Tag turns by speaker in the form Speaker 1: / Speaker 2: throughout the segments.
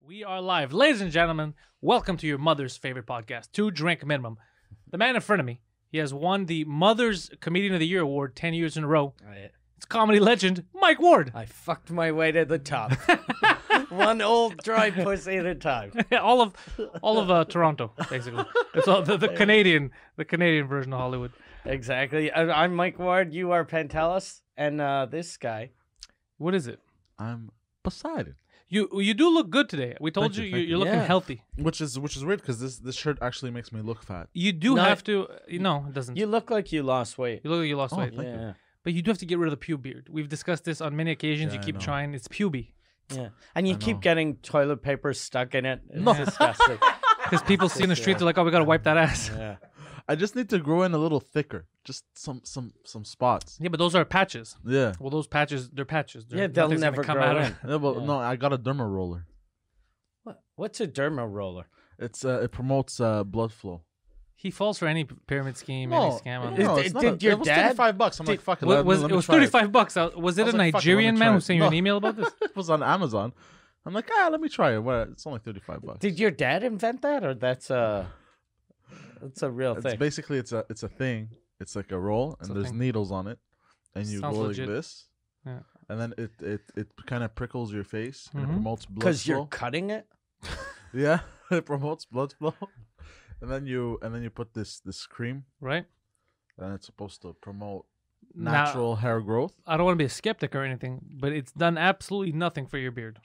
Speaker 1: We are live. Ladies and gentlemen, welcome to your mother's favorite podcast, Two Drink Minimum. The man in front of me, he has won the Mother's Comedian of the Year award 10 years in a row.
Speaker 2: I,
Speaker 1: It's comedy legend, Mike Ward.
Speaker 2: I fucked my way to the top. One old dry pussy at a time.
Speaker 1: all of all of uh, Toronto, basically. It's all the, the Canadian the Canadian version of Hollywood.
Speaker 2: Exactly. I, I'm Mike Ward. You are Pantelis. And uh, this guy.
Speaker 1: What is it?
Speaker 3: I'm Poseidon,
Speaker 1: You you do look good today. We told
Speaker 3: Thank you,
Speaker 1: you,
Speaker 3: thank
Speaker 1: you
Speaker 3: you.
Speaker 1: are looking
Speaker 2: Yeah.
Speaker 1: healthy.
Speaker 3: which is which is weird because this this shirt actually makes me look fat.
Speaker 1: You do
Speaker 2: No,
Speaker 1: have to you know, it doesn't.
Speaker 2: You
Speaker 1: You,
Speaker 2: look like you lost weight.
Speaker 1: look like you lost
Speaker 3: Oh,
Speaker 1: weight.
Speaker 3: thank you.
Speaker 2: Yeah.
Speaker 1: But you do have to get rid of the pew beard. We've discussed this on many occasions.
Speaker 3: Yeah,
Speaker 1: you
Speaker 3: I
Speaker 1: keep
Speaker 3: know.
Speaker 1: trying. It's puby.
Speaker 2: Yeah. And you
Speaker 3: I
Speaker 2: keep
Speaker 3: know.
Speaker 2: getting toilet paper stuck in it. It's
Speaker 1: No.
Speaker 2: disgusting.
Speaker 1: Because people see in the street, they're like, oh, we got to wipe that ass.
Speaker 2: yeah.
Speaker 3: I just need to grow in a little thicker, just some some some spots.
Speaker 1: Yeah, but those are patches.
Speaker 3: Yeah,
Speaker 1: Well, those patches, they're patches. They're,
Speaker 2: Yeah, they'll
Speaker 1: nothing's gonna
Speaker 2: never
Speaker 1: come
Speaker 2: grow
Speaker 1: out of-
Speaker 2: in.
Speaker 3: yeah but
Speaker 2: Yeah.
Speaker 3: no, I got a derma roller.
Speaker 2: What, what's a derma roller?
Speaker 3: It's uh, it promotes uh, blood flow.
Speaker 1: He falls for any pyramid scheme, any scam. On
Speaker 2: no,
Speaker 1: that.
Speaker 2: Is-
Speaker 3: it's not
Speaker 2: did your
Speaker 3: it was
Speaker 2: dad-
Speaker 3: Thirty-five bucks. I'm like, fuck it.
Speaker 1: Wa-
Speaker 3: let me-
Speaker 1: was,
Speaker 3: let
Speaker 1: it
Speaker 3: me
Speaker 1: was
Speaker 3: try
Speaker 1: thirty-five bucks. I- Was it
Speaker 3: I was
Speaker 1: a
Speaker 3: like, fuck it, let me
Speaker 1: Nigerian
Speaker 3: try
Speaker 1: man who
Speaker 3: it.
Speaker 1: sent you an
Speaker 3: No.
Speaker 1: email about this?
Speaker 3: It was on Amazon. I'm like, ah, let me try it. What? It's only thirty-five bucks.
Speaker 2: Did your dad invent that or that's a that's a real
Speaker 3: It's
Speaker 2: thing?
Speaker 3: basically it's a it's a thing. It's like a
Speaker 1: a
Speaker 3: roll, and there's
Speaker 1: thing.
Speaker 3: needles on it, and you
Speaker 1: Sounds
Speaker 3: go
Speaker 1: legit.
Speaker 3: like this,
Speaker 1: Yeah.
Speaker 3: and then it it it kind of prickles your face and
Speaker 1: Mhm.
Speaker 3: it promotes blood
Speaker 2: Because you're
Speaker 3: flow.
Speaker 2: cutting it?
Speaker 3: Yeah, it promotes blood flow, and then you and then you put this this cream,
Speaker 1: Right?
Speaker 3: and it's supposed to promote
Speaker 1: Now-
Speaker 3: natural hair growth.
Speaker 1: I don't want to be a skeptic or anything, but it's done absolutely nothing for your beard.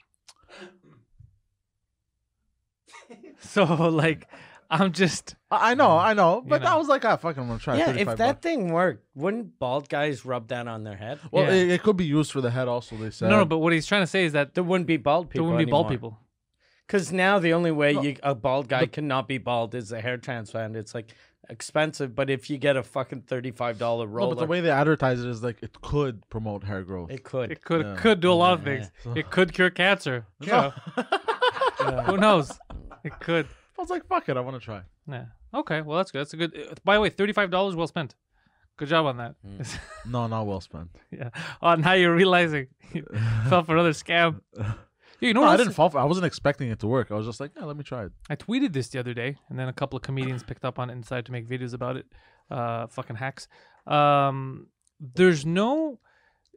Speaker 1: so, like, I'm just.
Speaker 3: I, I know, I know, but
Speaker 1: Mm. know.
Speaker 3: I was like, ah, fucking, I'm gonna try.
Speaker 2: Yeah, if
Speaker 3: 35
Speaker 2: that
Speaker 3: bucks.
Speaker 2: thing worked, wouldn't bald guys rub that on their head?
Speaker 3: Well,
Speaker 1: Yeah.
Speaker 3: it, it could be used for the head also. They said
Speaker 1: no, no, but what he's trying to say is that
Speaker 2: There wouldn't be bald
Speaker 1: there
Speaker 2: people.
Speaker 1: wouldn't be bald
Speaker 2: anymore.
Speaker 1: people.
Speaker 2: Because now the only way you, a bald guy
Speaker 1: the-
Speaker 2: cannot be bald is a hair transplant. It's like expensive, but if you get a fucking thirty-five dollar
Speaker 3: No,
Speaker 2: roller,
Speaker 3: but the way they advertise it is like it could promote hair growth.
Speaker 2: it could.
Speaker 1: It could
Speaker 3: Yeah.
Speaker 1: could do a lot of
Speaker 2: Yeah.
Speaker 1: things. It could cure cancer. Yeah. Who knows? It could.
Speaker 3: I was like, fuck it, I want to try.
Speaker 1: Yeah. Okay. Well, that's good. That's a good. uh, By the way, thirty-five dollars well spent. Good job on that.
Speaker 3: Hmm. No, not well spent.
Speaker 1: yeah. On how you're realizing you fell for another scam. Yeah, You know
Speaker 3: No,
Speaker 1: what?
Speaker 3: I
Speaker 1: else-
Speaker 3: didn't fall for. I wasn't expecting it to work. I was just like, yeah, let me try it.
Speaker 1: I tweeted this the other day, and then a couple of comedians picked up on it and decided to make videos about it. Uh, fucking hacks. Um, there's no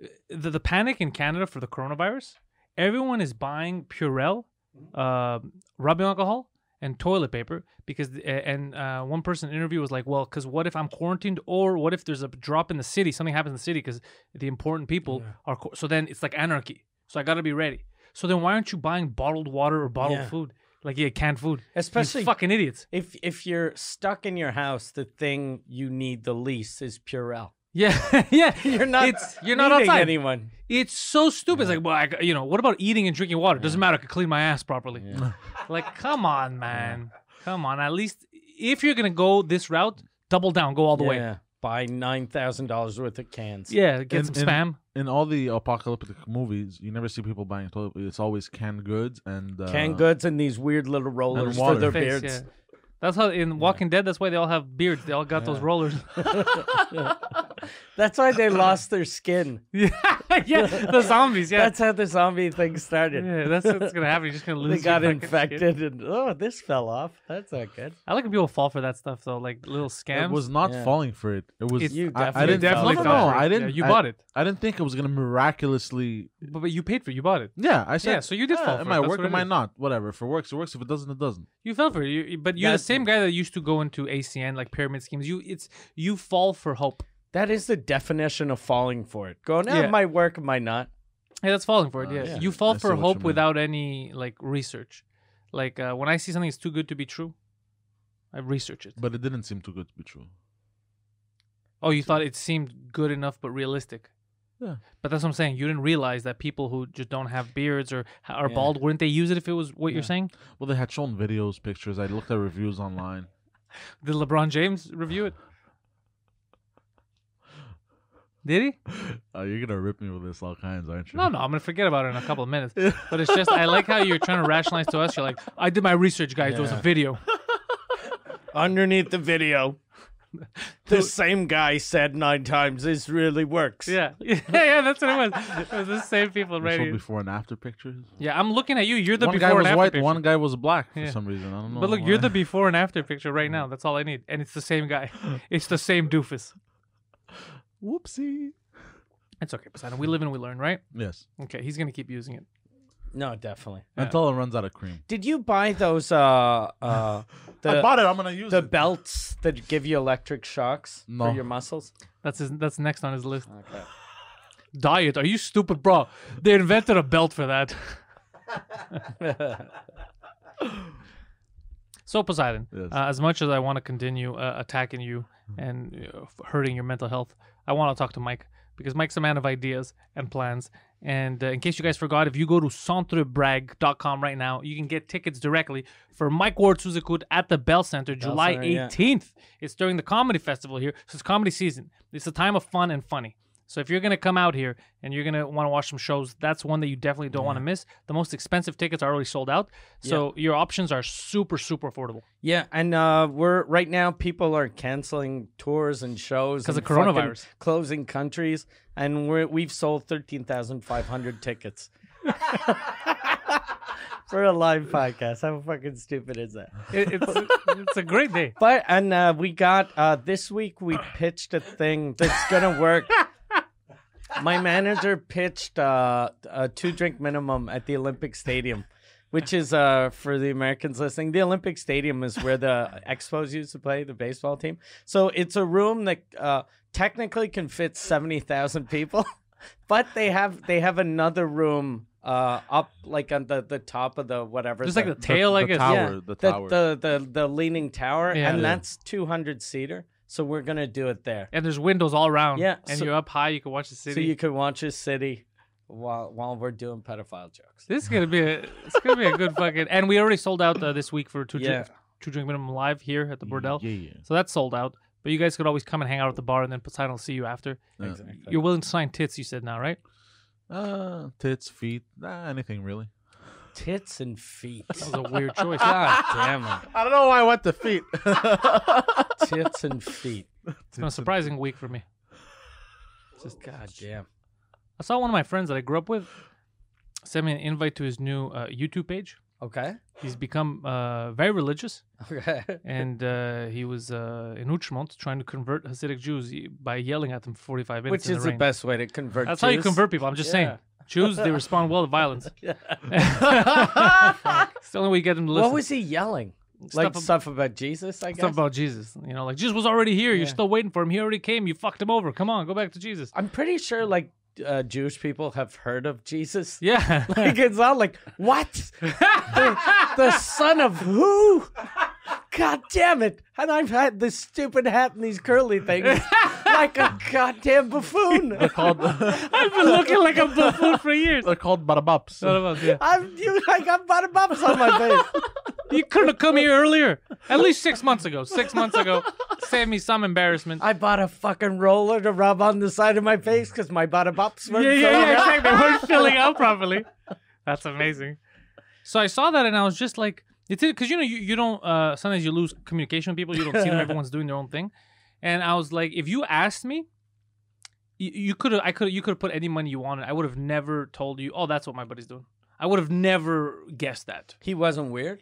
Speaker 1: uh, the, the panic in Canada for the coronavirus. Everyone is buying Purell,
Speaker 2: Mm-hmm.
Speaker 1: uh, rubbing alcohol, and toilet paper because the- a- and uh, one person in the interview was like, "Well, because what if I'm quarantined, or what if there's a drop in the city? Something happens in the city because the important people are qu- so then it's like anarchy. So I got to be ready. So then why aren't you buying bottled water or bottled
Speaker 2: Yeah.
Speaker 1: food?" Like yeah, canned food.
Speaker 2: Especially-
Speaker 1: you fucking idiots.
Speaker 2: If if you're stuck in your house, the thing you need the least is Purell.
Speaker 1: Yeah, yeah.
Speaker 2: You're not.
Speaker 1: It's you're not
Speaker 2: meeting
Speaker 1: outside.
Speaker 2: anyone.
Speaker 1: It's so stupid. It's like, well, I, g- you know, what about eating and drinking water? Doesn't matter. I could clean my ass properly. like, come on, man. Come on. At least if you're gonna go this route, double down. Go all the way.
Speaker 2: Yeah. Buy nine thousand dollars worth of cans.
Speaker 1: Yeah. Get
Speaker 3: And-
Speaker 1: some
Speaker 3: and-
Speaker 1: spam.
Speaker 3: in all the apocalyptic movies, you never see people buying toilet. paper. It's always canned goods and uh,
Speaker 2: Canned goods and these weird little rollers for
Speaker 3: water.
Speaker 2: their
Speaker 1: Face,
Speaker 2: beards.
Speaker 1: yeah. That's how in Walking Dead. That's why they all have beards. They all got those rollers.
Speaker 2: That's why they lost their skin.
Speaker 1: yeah, yeah. The zombies. Yeah.
Speaker 2: That's how the zombie thing started.
Speaker 1: yeah, that's what's gonna happen. You're just gonna lose.
Speaker 2: They
Speaker 1: your
Speaker 2: got
Speaker 1: fucking skin.
Speaker 2: infected and oh, this fell off. That's not good.
Speaker 1: I like when people fall for that stuff though, like little scams.
Speaker 3: It was not
Speaker 2: Yeah.
Speaker 3: falling for it. It was.
Speaker 1: It's-
Speaker 2: You
Speaker 3: I,
Speaker 2: definitely
Speaker 3: I didn't
Speaker 2: definitely
Speaker 3: no, no,
Speaker 2: fell
Speaker 3: no,
Speaker 1: for it.
Speaker 3: I didn't.
Speaker 1: Yeah, you
Speaker 3: I-
Speaker 1: bought it.
Speaker 3: I didn't think it was gonna miraculously.
Speaker 1: but, but you paid for it. You bought it.
Speaker 3: Yeah, I said.
Speaker 1: Yeah, so you did
Speaker 3: "Ah,
Speaker 1: fall for
Speaker 3: Am
Speaker 1: it.
Speaker 3: I
Speaker 1: That's
Speaker 3: working?
Speaker 1: what it
Speaker 3: Am I
Speaker 1: is.
Speaker 3: not? Whatever. If it works, it works. If it doesn't, it doesn't.
Speaker 1: You fell for it. You, but you're the
Speaker 2: That's-
Speaker 1: same guy that used to go into ACN like pyramid schemes. You it's you fall for hope.
Speaker 2: That is the definition of falling for it. Going, ah,
Speaker 1: Yeah.
Speaker 2: my work, my not.
Speaker 1: Yeah, that's falling for it.
Speaker 3: Ah,
Speaker 1: yeah.
Speaker 3: yeah.
Speaker 1: you fall
Speaker 3: I see
Speaker 1: for
Speaker 3: what you
Speaker 1: hope
Speaker 3: mean.
Speaker 1: without any like research. Like uh, when I see something that's too good to be true, I research it.
Speaker 3: But it didn't seem too good to be true.
Speaker 1: Oh, you thought it seemed good enough but realistic.
Speaker 3: Yeah.
Speaker 1: But that's what I'm saying. You didn't realize that people who just don't have beards or are
Speaker 2: Yeah.
Speaker 1: bald wouldn't they use it if it was what you're saying?
Speaker 3: Well, they had shown videos, pictures. I looked at reviews online.
Speaker 1: Did LeBron James review it? Did he?
Speaker 3: Uh, you're gonna rip me with this, all kinds, aren't you?
Speaker 1: No, no, I'm gonna forget about it in a couple of minutes. But it's just I like how you're trying to rationalize to us. You're like, I did my research, guys. There was a
Speaker 2: Yeah.
Speaker 1: video.
Speaker 2: Underneath the video, The same guy said nine times, this really works.
Speaker 1: Yeah, yeah, yeah. That's what it was. It was the same people
Speaker 3: They Sold
Speaker 1: right
Speaker 3: before and after pictures.
Speaker 1: Yeah, I'm looking at you. You're the
Speaker 3: one
Speaker 1: before
Speaker 3: guy was
Speaker 1: and after
Speaker 3: white,
Speaker 1: picture.
Speaker 3: one guy was black for
Speaker 1: Yeah.
Speaker 3: some reason. I don't know.
Speaker 1: But look, you're
Speaker 3: why.
Speaker 1: the before and after picture right now. That's all I need, and it's the same guy. It's the same doofus.
Speaker 3: whoopsie.
Speaker 1: It's okay, Poseidon. We live and we learn, right?
Speaker 3: Yes,
Speaker 1: Okay, he's gonna keep using it.
Speaker 2: No, definitely.
Speaker 1: Yeah.
Speaker 3: until it runs out of cream.
Speaker 2: Did you buy those uh uh
Speaker 3: I
Speaker 2: the
Speaker 3: bought it. I'm gonna use
Speaker 2: the
Speaker 3: it.
Speaker 2: belts that give you electric shocks
Speaker 3: No.
Speaker 2: for your muscles?
Speaker 1: That's his. That's next on his list.
Speaker 2: Okay.
Speaker 1: Diet? Are you stupid, bro? They invented a belt for that. So Poseidon,
Speaker 3: Yes.
Speaker 1: uh, as much as I want to continue uh, attacking you and uh, f- hurting your mental health, I want to talk to Mike because Mike's a man of ideas and plans. And uh, in case you guys forgot, if you go to centrebrag.com right now, you can get tickets directly for Mike Ward Suzukut at the Bell Center, July
Speaker 2: Center, Oh, yeah.
Speaker 1: 18th. It's during the comedy festival here, so it's comedy season. It's a time of fun and funny. So if you're gonna come out here and you're gonna want to watch some shows, that's one that you definitely don't want to miss. The most expensive tickets are already sold out, so your options are super, super affordable.
Speaker 2: Yeah, and uh, we're right now. People are canceling tours and shows
Speaker 1: 'Cause of
Speaker 2: and fucking
Speaker 1: coronavirus.
Speaker 2: closing countries, and we're, we've sold thirteen thousand five hundred tickets for a live podcast. How fucking stupid is that?
Speaker 1: It, it's it's a great day.
Speaker 2: But and uh, we got uh, this week. We pitched a thing that's gonna work. My manager pitched uh, a two drink minimum at the Olympic Stadium, which is uh, for the Americans listening. The Olympic Stadium is where the Expos used to play the baseball team. So it's a room that uh, technically can fit seventy thousand people, but they have they have another room uh, up like on the, the top of the whatever.
Speaker 1: Just like
Speaker 2: the-
Speaker 1: the tail, I
Speaker 3: the
Speaker 1: guess.
Speaker 3: tower.
Speaker 1: Yeah.
Speaker 3: the tower.
Speaker 2: The, the the the leaning tower,
Speaker 1: Yeah.
Speaker 2: and
Speaker 1: Yeah.
Speaker 2: that's 200 seater. So we're gonna do it there,
Speaker 1: And there's windows all around.
Speaker 2: Yeah,
Speaker 1: And
Speaker 2: so-
Speaker 1: you're up high. You can watch the city.
Speaker 2: so you can watch a city while while we're doing pedophile jokes.
Speaker 1: This is gonna be a it's gonna be a good fucking. And we already sold out uh, this week for two
Speaker 2: Yeah.
Speaker 1: drink two drink minimum live here at the Bordel.
Speaker 3: Yeah, yeah.
Speaker 1: So that's sold out. But you guys could always come and hang out at the bar, and then Poseidon will see you after.
Speaker 3: Yeah.
Speaker 2: Exactly.
Speaker 1: You're willing to sign tits, you said now, right?
Speaker 3: Uh, tits, feet, nah, anything really.
Speaker 2: Tits and feet.
Speaker 1: That was a weird choice.
Speaker 2: God damn
Speaker 3: I don't know why I went to feet.
Speaker 2: it! Tits and feet.
Speaker 1: It's been a surprising week for me. Just
Speaker 2: God damn.
Speaker 1: I saw one of my friends that I grew up with send me an invite to his new uh, YouTube page.
Speaker 2: Okay.
Speaker 1: He's become uh, very religious,
Speaker 2: Okay.
Speaker 1: and uh, he was uh, in Uchmont trying to convert Hasidic Jews y- by yelling at them for 45 minutes.
Speaker 2: Which
Speaker 1: in
Speaker 2: is
Speaker 1: the
Speaker 2: the
Speaker 1: rain.
Speaker 2: best way to convert?
Speaker 1: That's how you
Speaker 2: Jews?
Speaker 1: convert people. I'm just saying.
Speaker 2: Yeah.
Speaker 1: Jews, they respond well to violence.
Speaker 2: Yeah.
Speaker 1: it's the only way you get them to listen.
Speaker 2: What was he yelling?
Speaker 1: Stuff
Speaker 2: Like
Speaker 1: ab-
Speaker 2: stuff about Jesus, I guess.
Speaker 1: Stuff about Jesus, you know, like Jesus was already here. You're
Speaker 2: Yeah.
Speaker 1: still waiting for him. He already came. You fucked him over. Come on, go back to Jesus.
Speaker 2: I'm pretty sure like uh, Jewish people have heard of Jesus.
Speaker 1: Yeah,
Speaker 2: Like it's not like what the, the son of who? God damn it! And I've had this stupid hat and these curly things like a goddamn buffoon.
Speaker 3: called,
Speaker 1: I've been looking like a buffoon for years.
Speaker 3: they're called barabaps.
Speaker 1: What about yeah.
Speaker 2: I'm you, I got butter bumps on my face.
Speaker 1: You couldn't have come here earlier. At least six months ago. Six months ago. Save me some embarrassment.
Speaker 2: I bought a fucking roller to rub on the side of my face because my butter bumps were
Speaker 1: yeah, yeah, yeah, exactly. They weren't filling out properly. That's amazing. So I saw that and I was just like, it's because you know, you, you don't, uh, sometimes you lose communication with people, you don't see them, everyone's doing their own thing. And I was like, if you asked me, you, you could have, I could, you could have put any money you wanted. I would have never told you, oh, that's what my buddy's doing. I would have never guessed that.
Speaker 2: He wasn't weird.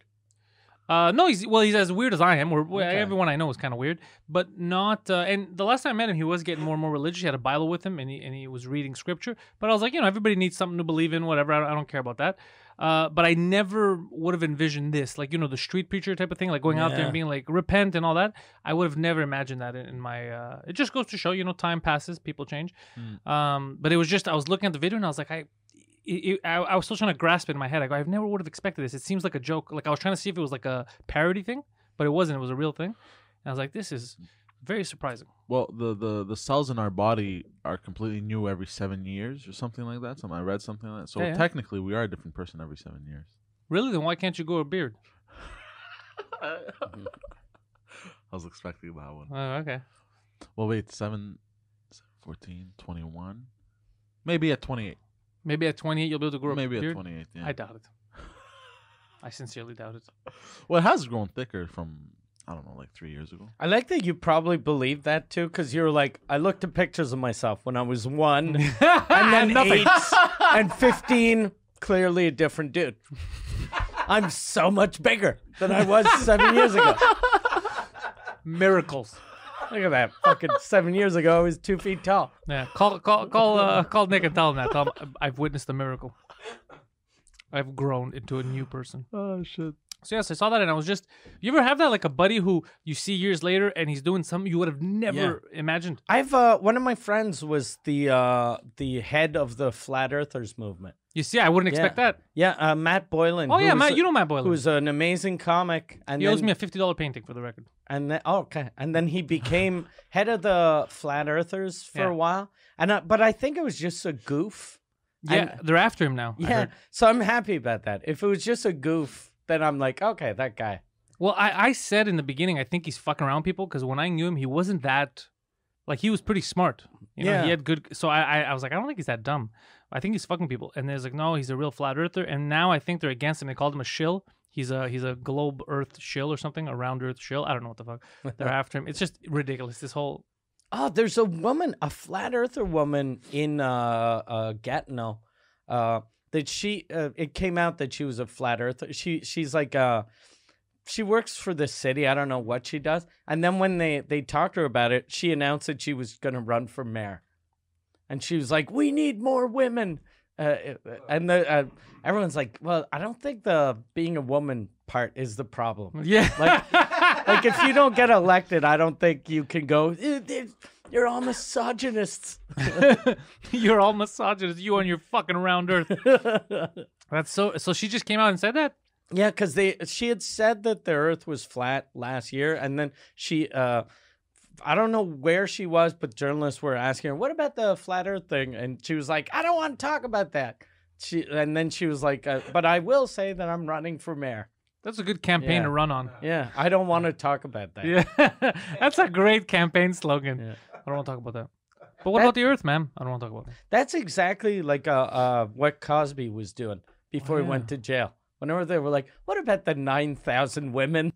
Speaker 1: Uh, no, he's well, he's as weird as I am. Or well,
Speaker 2: Okay.
Speaker 1: everyone I know is kind of weird, but not. Uh, and the last time I met him, he was getting more and more religious. He had a Bible with him, and he and he was reading scripture. But I was like, you know, everybody needs something to believe in, whatever. I don't, I don't care about that. Uh, but I never would have envisioned this, like you know, the street preacher type of thing, like going out there
Speaker 2: Yeah.
Speaker 1: and being like repent and all that. I would have never imagined that in, in my. Uh, it just goes to show, you know, time passes, people change.
Speaker 3: Mm.
Speaker 1: Um, but it was just I was looking at the video and I was like, I, it, it- I, I was still trying to grasp it in my head. I go, I never would have expected this. It seems like a joke. Like I was trying to see if it was like a parody thing, but it wasn't. It was a real thing. And I was like, this is very surprising.
Speaker 3: Well, the, the the cells in our body are completely new every seven years or something like that. Something I read something like that. So
Speaker 1: Yeah, yeah.
Speaker 3: technically, we are a different person every seven years.
Speaker 1: Really? Then why can't you grow a beard?
Speaker 3: I was expecting that one.
Speaker 1: Oh, okay.
Speaker 3: Well, wait, 7, 14, 21? Maybe at 28.
Speaker 1: Maybe at 28 you'll be able to grow
Speaker 3: Maybe
Speaker 1: a
Speaker 3: at
Speaker 1: beard.
Speaker 3: 28, yeah.
Speaker 1: I doubt it. I sincerely doubt it.
Speaker 3: Well, it has grown thicker from I don't know, like three years ago.
Speaker 2: I like that you probably believe that too, because you were like, I looked at pictures of myself when I was one, and then eight, and fifteen. Clearly, a different dude. I'm so much bigger than I was seven years ago.
Speaker 1: Miracles.
Speaker 2: Look at that! Fucking seven years ago, I was two feet tall.
Speaker 1: Yeah, call call call uh, call Nick and tell him that. Tell him I've witnessed a miracle. I've grown into a new person.
Speaker 3: Oh shit!
Speaker 1: So yes, I saw that, and I was just. You ever have that like a buddy who you see years later, and he's doing something you would have never imagined?
Speaker 2: I've uh, one of my friends was the uh, the head of the flat earthers movement.
Speaker 1: You see, I wouldn't expect
Speaker 2: Yeah.
Speaker 1: that.
Speaker 2: Yeah, uh, Matt Boylan.
Speaker 1: Oh yeah,
Speaker 2: who's-
Speaker 1: Matt, you know Matt Boylan.
Speaker 2: who's an amazing comic, and
Speaker 1: he
Speaker 2: then,
Speaker 1: owes me a fifty dollar painting for the record.
Speaker 2: and then oh, okay, and then he became head of the flat earthers for
Speaker 1: Yeah.
Speaker 2: a while, and I, but I think it was just a goof.
Speaker 1: Yeah, they're after him now. I
Speaker 2: Yeah,
Speaker 1: heard.
Speaker 2: so I'm happy about that. If it was just a goof, then I'm like, okay, that guy.
Speaker 1: Well, I, I said in the beginning, I think he's fucking around people because when I knew him, he wasn't that. Like he was pretty smart. You know,
Speaker 2: Yeah.
Speaker 1: he had good. So I, I I was like, I don't think he's that dumb. I think he's fucking people. And there's like, no, he's a real flat earther. And now I think they're against him. They called him a shill. He's a he's a globe earth shill or something, a round earth shill. I don't know what the fuck they're after him. It's just ridiculous. This whole
Speaker 2: Oh, there's a woman, a flat earther woman in uh, uh, Gatineau. Uh, that she, uh, it came out that she was a flat earther. She, she's like, uh, she works for the city. I don't know what she does. And then when they they talked to her about it, she announced that she was gonna run for mayor, and she was like, "We need more women." Uh, and the uh, everyone's like, "Well, I don't think the being a woman part is the problem."
Speaker 1: yeah.
Speaker 2: Like- like if you don't get elected, I don't think you can go. "Eh, they're- You're all misogynists.
Speaker 1: You're all misogynist. You and your fucking round earth. That's so. So she just came out and said that.
Speaker 2: Yeah, because they she had said that the Earth was flat last year, and then she, uh, I don't know where she was, but journalists were asking her, "What about the flat Earth thing?" And she was like, "I don't want to talk about that." She and then she was like, uh, "But I will say that I'm running for mayor."
Speaker 1: That's a good campaign
Speaker 2: Yeah.
Speaker 1: to run on.
Speaker 2: Yeah, I don't want to talk about that.
Speaker 1: Yeah, that's a great campaign slogan. I don't want to talk about that. But what
Speaker 2: That-
Speaker 1: about the Earth, ma'am? I don't want to talk about that.
Speaker 2: That's exactly like uh, uh, what Cosby was doing before he went to jail. Whenever they were like, "What about the nine thousand women?"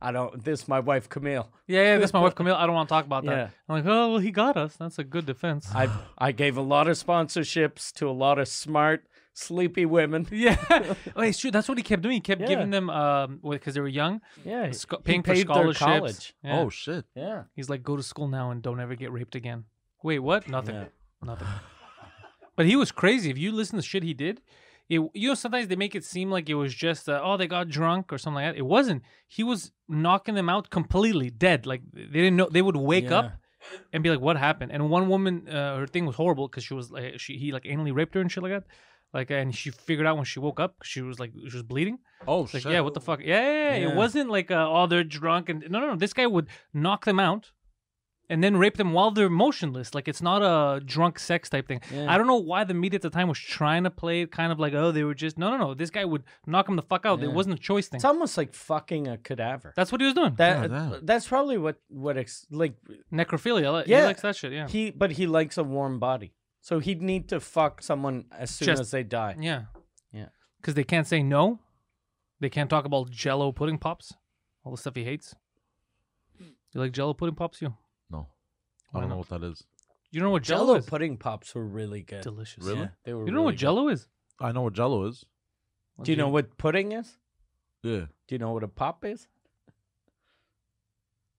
Speaker 2: I don't. This my wife Camille.
Speaker 1: Yeah, yeah, that's my wife Camille. I don't want to talk about that.
Speaker 2: Yeah.
Speaker 1: I'm like, oh, well, he got us. That's a good defense.
Speaker 2: I I gave a lot of sponsorships to a lot of smart, sleepy women.
Speaker 1: yeah, oh, it's true. That's what he kept doing. He kept
Speaker 2: Yeah.
Speaker 1: giving them, um, because they were young,
Speaker 2: Yeah, he-
Speaker 1: sco-
Speaker 2: he
Speaker 1: paying for
Speaker 2: paid their
Speaker 1: scholarships.
Speaker 2: college.
Speaker 1: Yeah.
Speaker 3: Oh shit!
Speaker 2: Yeah,
Speaker 1: he's like, go to school now and don't ever get raped again. Wait, what? Nothing.
Speaker 2: Yeah.
Speaker 1: Nothing. But he was crazy. If you listen to shit he did, it, you know, sometimes they make it seem like it was just, uh, oh, they got drunk or something like that. It wasn't. He was knocking them out completely dead. Like they didn't know. They would wake up and be like, "What happened?" And one woman, uh, her thing was horrible because she was like, she he like anally raped her and shit like that. Like, and she figured out when she woke up, she was like, she was bleeding.
Speaker 3: Oh
Speaker 1: It's like,
Speaker 3: shit!
Speaker 1: yeah, what the fuck? Yeah, yeah, yeah.
Speaker 2: Yeah.
Speaker 1: It wasn't like, uh, oh, they're drunk and no, no, no. This guy would knock them out. And then rape them while they're motionless. Like it's not a drunk sex type thing.
Speaker 2: Yeah.
Speaker 1: I don't know why the media at the time was trying to play it kind of like, oh, they were just no, no, no. This guy would knock him the fuck out. It
Speaker 2: Yeah.
Speaker 1: wasn't a choice thing.
Speaker 2: It's almost like fucking a cadaver.
Speaker 1: That's what he was doing.
Speaker 2: That uh,
Speaker 3: Yeah, that-
Speaker 2: that's probably what what ex- like
Speaker 1: Necrophilia. like, he
Speaker 2: Yeah.
Speaker 1: likes that shit. Yeah,
Speaker 2: he but he likes a warm body, so he'd need to fuck someone as soon
Speaker 1: Just- Mm,
Speaker 2: as they die.
Speaker 1: yeah,
Speaker 2: Yeah.
Speaker 1: Because they can't say no. They can't talk about Jello pudding pops. All the stuff he hates. You like Jello pudding pops? You
Speaker 3: No,
Speaker 1: Why
Speaker 3: I don't know
Speaker 1: not?
Speaker 3: what that is.
Speaker 1: you know what Jello,
Speaker 2: Jello
Speaker 1: is?
Speaker 2: pudding pops were really good.
Speaker 1: Delicious.
Speaker 3: Really?
Speaker 2: Yeah, they were.
Speaker 1: You know what
Speaker 2: really good.
Speaker 1: Jello is?
Speaker 3: I know what Jello is.
Speaker 2: Do you know what pudding is?
Speaker 3: Yeah.
Speaker 2: Do you know what a pop is?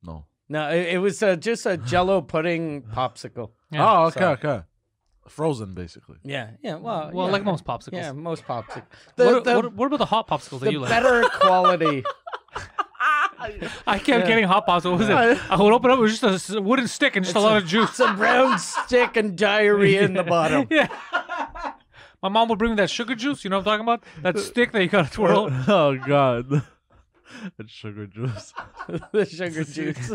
Speaker 3: No.
Speaker 2: No, it, it was uh, just a Jello pudding popsicle.
Speaker 1: Yeah,
Speaker 3: oh, okay,
Speaker 2: so-
Speaker 3: okay. Frozen, basically.
Speaker 2: Yeah, yeah. Well,
Speaker 1: Well,
Speaker 2: yeah.
Speaker 1: like most popsicles.
Speaker 2: Yeah, most popsicles. The,
Speaker 1: What,
Speaker 2: the,
Speaker 1: what, what about the hot popsicles that
Speaker 2: the
Speaker 1: you like?
Speaker 2: better quality.
Speaker 1: I kept
Speaker 2: Yeah.
Speaker 1: getting hot popsicles. What was it? I would open up. It was just a s- wooden stick and just a lot of juice.
Speaker 2: It's a brown stick and diarrhea in the bottom.
Speaker 1: yeah. My mom would bring me that sugar juice. You know what I'm talking about? That stick that you gotta twirl.
Speaker 3: oh god. It's sugar juice.
Speaker 2: the sugar juice.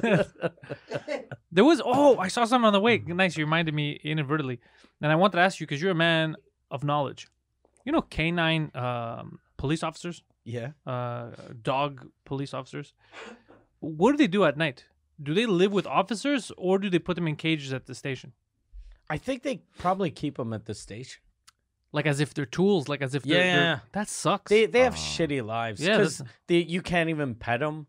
Speaker 1: There was oh, I saw something on the way. Nice, you reminded me inadvertently, and I wanted to ask you because you're a man of knowledge. You know, canine um, police officers,
Speaker 2: yeah.
Speaker 1: uh, dog police officers. What do they do at night? Do they live with officers or do they put them in cages at the station?
Speaker 2: I think they probably keep them at the station.
Speaker 1: Like as if they're tools, like as if they're, they're-
Speaker 2: Yeah.
Speaker 1: that sucks.
Speaker 2: They they have
Speaker 3: Oh.
Speaker 2: shitty lives.
Speaker 1: Yeah,
Speaker 2: 'cause
Speaker 1: that's-
Speaker 2: they, you can't even pet them.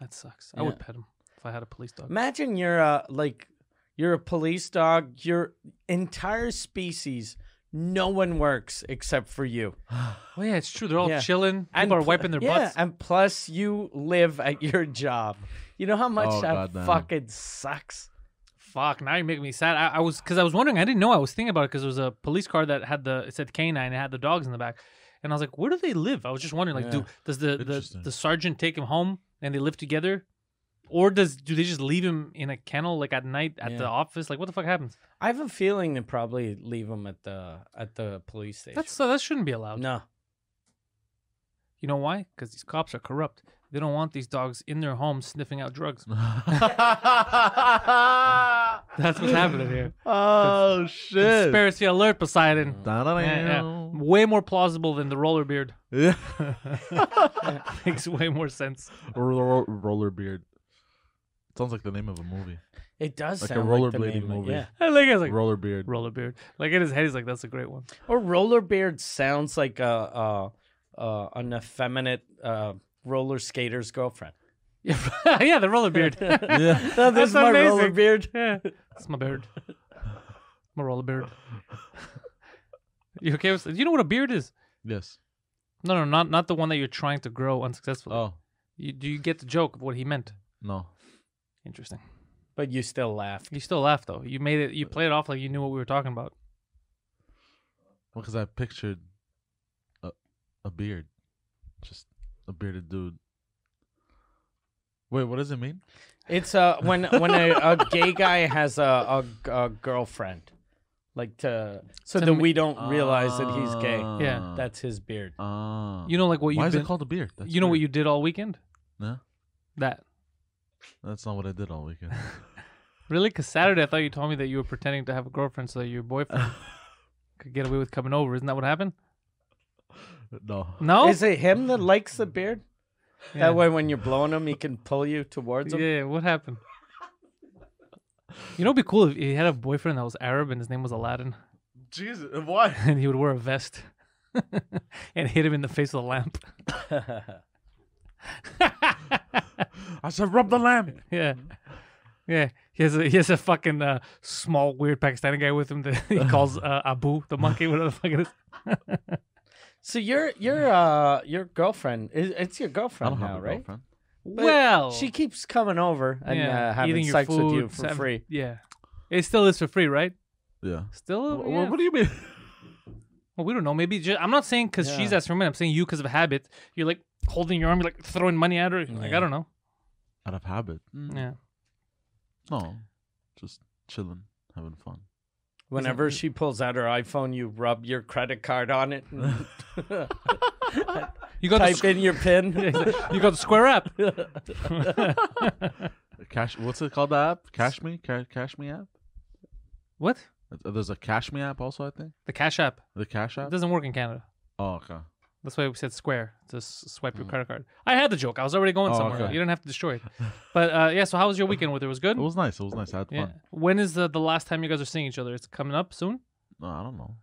Speaker 1: That sucks. I would pet him if I had a police dog.
Speaker 2: Imagine you're a like you're a police dog. Your entire species, no one works except for you.
Speaker 1: Oh yeah, it's true. They're all
Speaker 2: Yeah.
Speaker 1: chilling. People are
Speaker 2: pl-
Speaker 1: wiping their
Speaker 2: yeah,
Speaker 1: butts.
Speaker 2: and plus you live at your job. You know how much
Speaker 3: Oh,
Speaker 2: that
Speaker 3: goddamn.
Speaker 2: fucking sucks.
Speaker 1: Fuck! Now you're making me sad. I, I was because I was wondering. I didn't know. I was thinking about it because there was a police car that had the it said canine. It had the dogs in the back, and I was like, where do they live? I was just wondering, like, do
Speaker 2: Yeah.
Speaker 1: does the, the
Speaker 3: Interesting.
Speaker 1: the sergeant take him home and they live together, or does do they just leave him in a kennel like at night at the
Speaker 2: Yeah.
Speaker 1: office? Like, what the fuck happens?
Speaker 2: I have a feeling they probably leave them at the at the police station.
Speaker 1: That's so that shouldn't be allowed.
Speaker 2: no.
Speaker 1: You know why? Because these cops are corrupt. They don't want these dogs in their homes sniffing out drugs. That's what's happening here.
Speaker 3: oh shit!
Speaker 1: Conspiracy alert, Poseidon. Yeah, yeah.
Speaker 3: Da-da-da.
Speaker 1: Way more plausible than the roller beard.
Speaker 3: Yeah.
Speaker 1: Makes way more sense.
Speaker 3: Roller, roller beard. Sounds like the name of a movie.
Speaker 2: It does
Speaker 3: Like a
Speaker 2: sound like the
Speaker 3: rollerblading
Speaker 2: name of-
Speaker 3: movie.
Speaker 2: Yeah.
Speaker 1: I think it's like
Speaker 3: roller beard.
Speaker 1: roller beard. Like in his head, he's like, "That's a great one."
Speaker 2: Or rollerbeard sounds like a, a, a an effeminate uh, roller skater's girlfriend.
Speaker 1: Yeah, yeah, the roller beard. yeah,
Speaker 3: yeah.
Speaker 2: No,
Speaker 1: That's
Speaker 2: this is my roller
Speaker 1: amazing.
Speaker 2: beard.
Speaker 1: it's my beard. My roller beard. You okay with? Do you know what a beard is?
Speaker 3: Yes.
Speaker 1: No, no, not not the one that you're trying to grow unsuccessfully.
Speaker 3: Oh
Speaker 1: You, do you get the joke of what he meant?
Speaker 3: no.
Speaker 1: Interesting.
Speaker 2: But you still laugh.
Speaker 1: You still laugh though. You made it. You played it off like you knew what we were talking about.
Speaker 3: Because I pictured a a beard, just a bearded dude. Wait, what does it mean?
Speaker 2: It's uh when when a, a gay guy has a, a a girlfriend, like to so
Speaker 1: To Ah.
Speaker 2: that
Speaker 1: ma-
Speaker 2: we don't realize that he's gay.
Speaker 1: Yeah.
Speaker 2: That's his beard.
Speaker 3: Ah.
Speaker 1: You know, like what
Speaker 3: Why
Speaker 1: you've
Speaker 3: is
Speaker 1: been.
Speaker 3: it called a beard? That's
Speaker 1: you know what
Speaker 3: weird.
Speaker 1: you did all weekend?
Speaker 3: No,
Speaker 1: That
Speaker 3: that's not what I did all weekend.
Speaker 1: really? Because Saturday, I thought you told me that you were pretending to have a girlfriend so that your boyfriend could get away with coming over. Isn't that what happened?
Speaker 3: no.
Speaker 1: No.
Speaker 2: Is it him that likes the beard?
Speaker 1: Oh. Yeah.
Speaker 2: That way, when you're blowing him, he can pull you towards him.
Speaker 1: Yeah, what happened? You know, it'd be cool if he had a boyfriend that was Arab and his name was Aladdin,
Speaker 3: Jesus, why?
Speaker 1: and he would wear a vest and hit him in the face with a lamp.
Speaker 3: I said rub the lamp.
Speaker 1: Yeah,
Speaker 2: Mm-hmm.
Speaker 1: yeah. He has a he has a fucking uh, small weird Pakistani guy with him that he calls uh, Abu the monkey, whatever the fuck it is.
Speaker 2: So your your uh your girlfriend is it's your
Speaker 3: I don't
Speaker 2: girlfriend now,
Speaker 3: have a
Speaker 2: right?
Speaker 3: girlfriend.
Speaker 2: But
Speaker 1: well,
Speaker 2: she keeps coming over and
Speaker 1: yeah,
Speaker 2: uh, having
Speaker 1: eating your
Speaker 2: sex with you
Speaker 1: food,
Speaker 2: for
Speaker 1: sev-
Speaker 2: free.
Speaker 1: Yeah, it still is for free, right?
Speaker 3: Yeah.
Speaker 1: Still,
Speaker 3: Wh- wh-
Speaker 1: yeah.
Speaker 3: What do you mean?
Speaker 1: Well, we don't know. Maybe just, I'm not saying because she's
Speaker 2: Yeah.
Speaker 1: asking for money. I'm saying you because of habit. You're like holding your arm, you're like throwing money at her. Like I
Speaker 2: Yeah.
Speaker 1: don't know.
Speaker 3: Out of habit. Mm,
Speaker 1: Yeah.
Speaker 3: No, just chilling, having fun.
Speaker 2: Whenever she pulls out her iPhone, you rub your credit card on it and
Speaker 1: You got
Speaker 2: type
Speaker 1: the,
Speaker 2: in your
Speaker 1: squ-
Speaker 2: PIN.
Speaker 1: you got the square app.
Speaker 3: Cash. What's it called? The app? Cash me. Ca- cash me app.
Speaker 1: what?
Speaker 3: Uh, There's a Cash Me app also. I think
Speaker 1: The Cash app.
Speaker 3: the Cash
Speaker 1: It
Speaker 3: app.
Speaker 1: doesn't work in Canada.
Speaker 3: Oh, okay.
Speaker 1: That's why we said square to s- swipe your credit card. I had the joke. I was already going
Speaker 3: Mm. Oh,
Speaker 1: somewhere.
Speaker 3: okay.
Speaker 1: You didn't have to destroy it. But uh, yeah. So how was your weekend? With it was good.
Speaker 3: It was nice. It was nice. I had
Speaker 1: yeah.
Speaker 3: fun.
Speaker 1: When is the, the last time you guys are seeing each other? It's coming up soon.
Speaker 3: No, I don't know.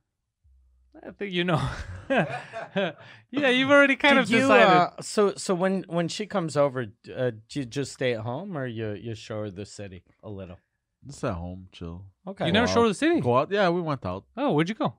Speaker 1: I think you know. yeah, you've already kind of
Speaker 2: Did you,
Speaker 1: decided.
Speaker 2: uh, so so when when she comes over, d- uh, do you just stay at home or you you show her the city a little?
Speaker 3: Just at home, chill.
Speaker 2: Okay.
Speaker 1: you uh, never
Speaker 3: go
Speaker 1: showed
Speaker 3: out.
Speaker 1: her the city.
Speaker 3: Go out. Yeah, we went out.
Speaker 1: Oh, where'd you go?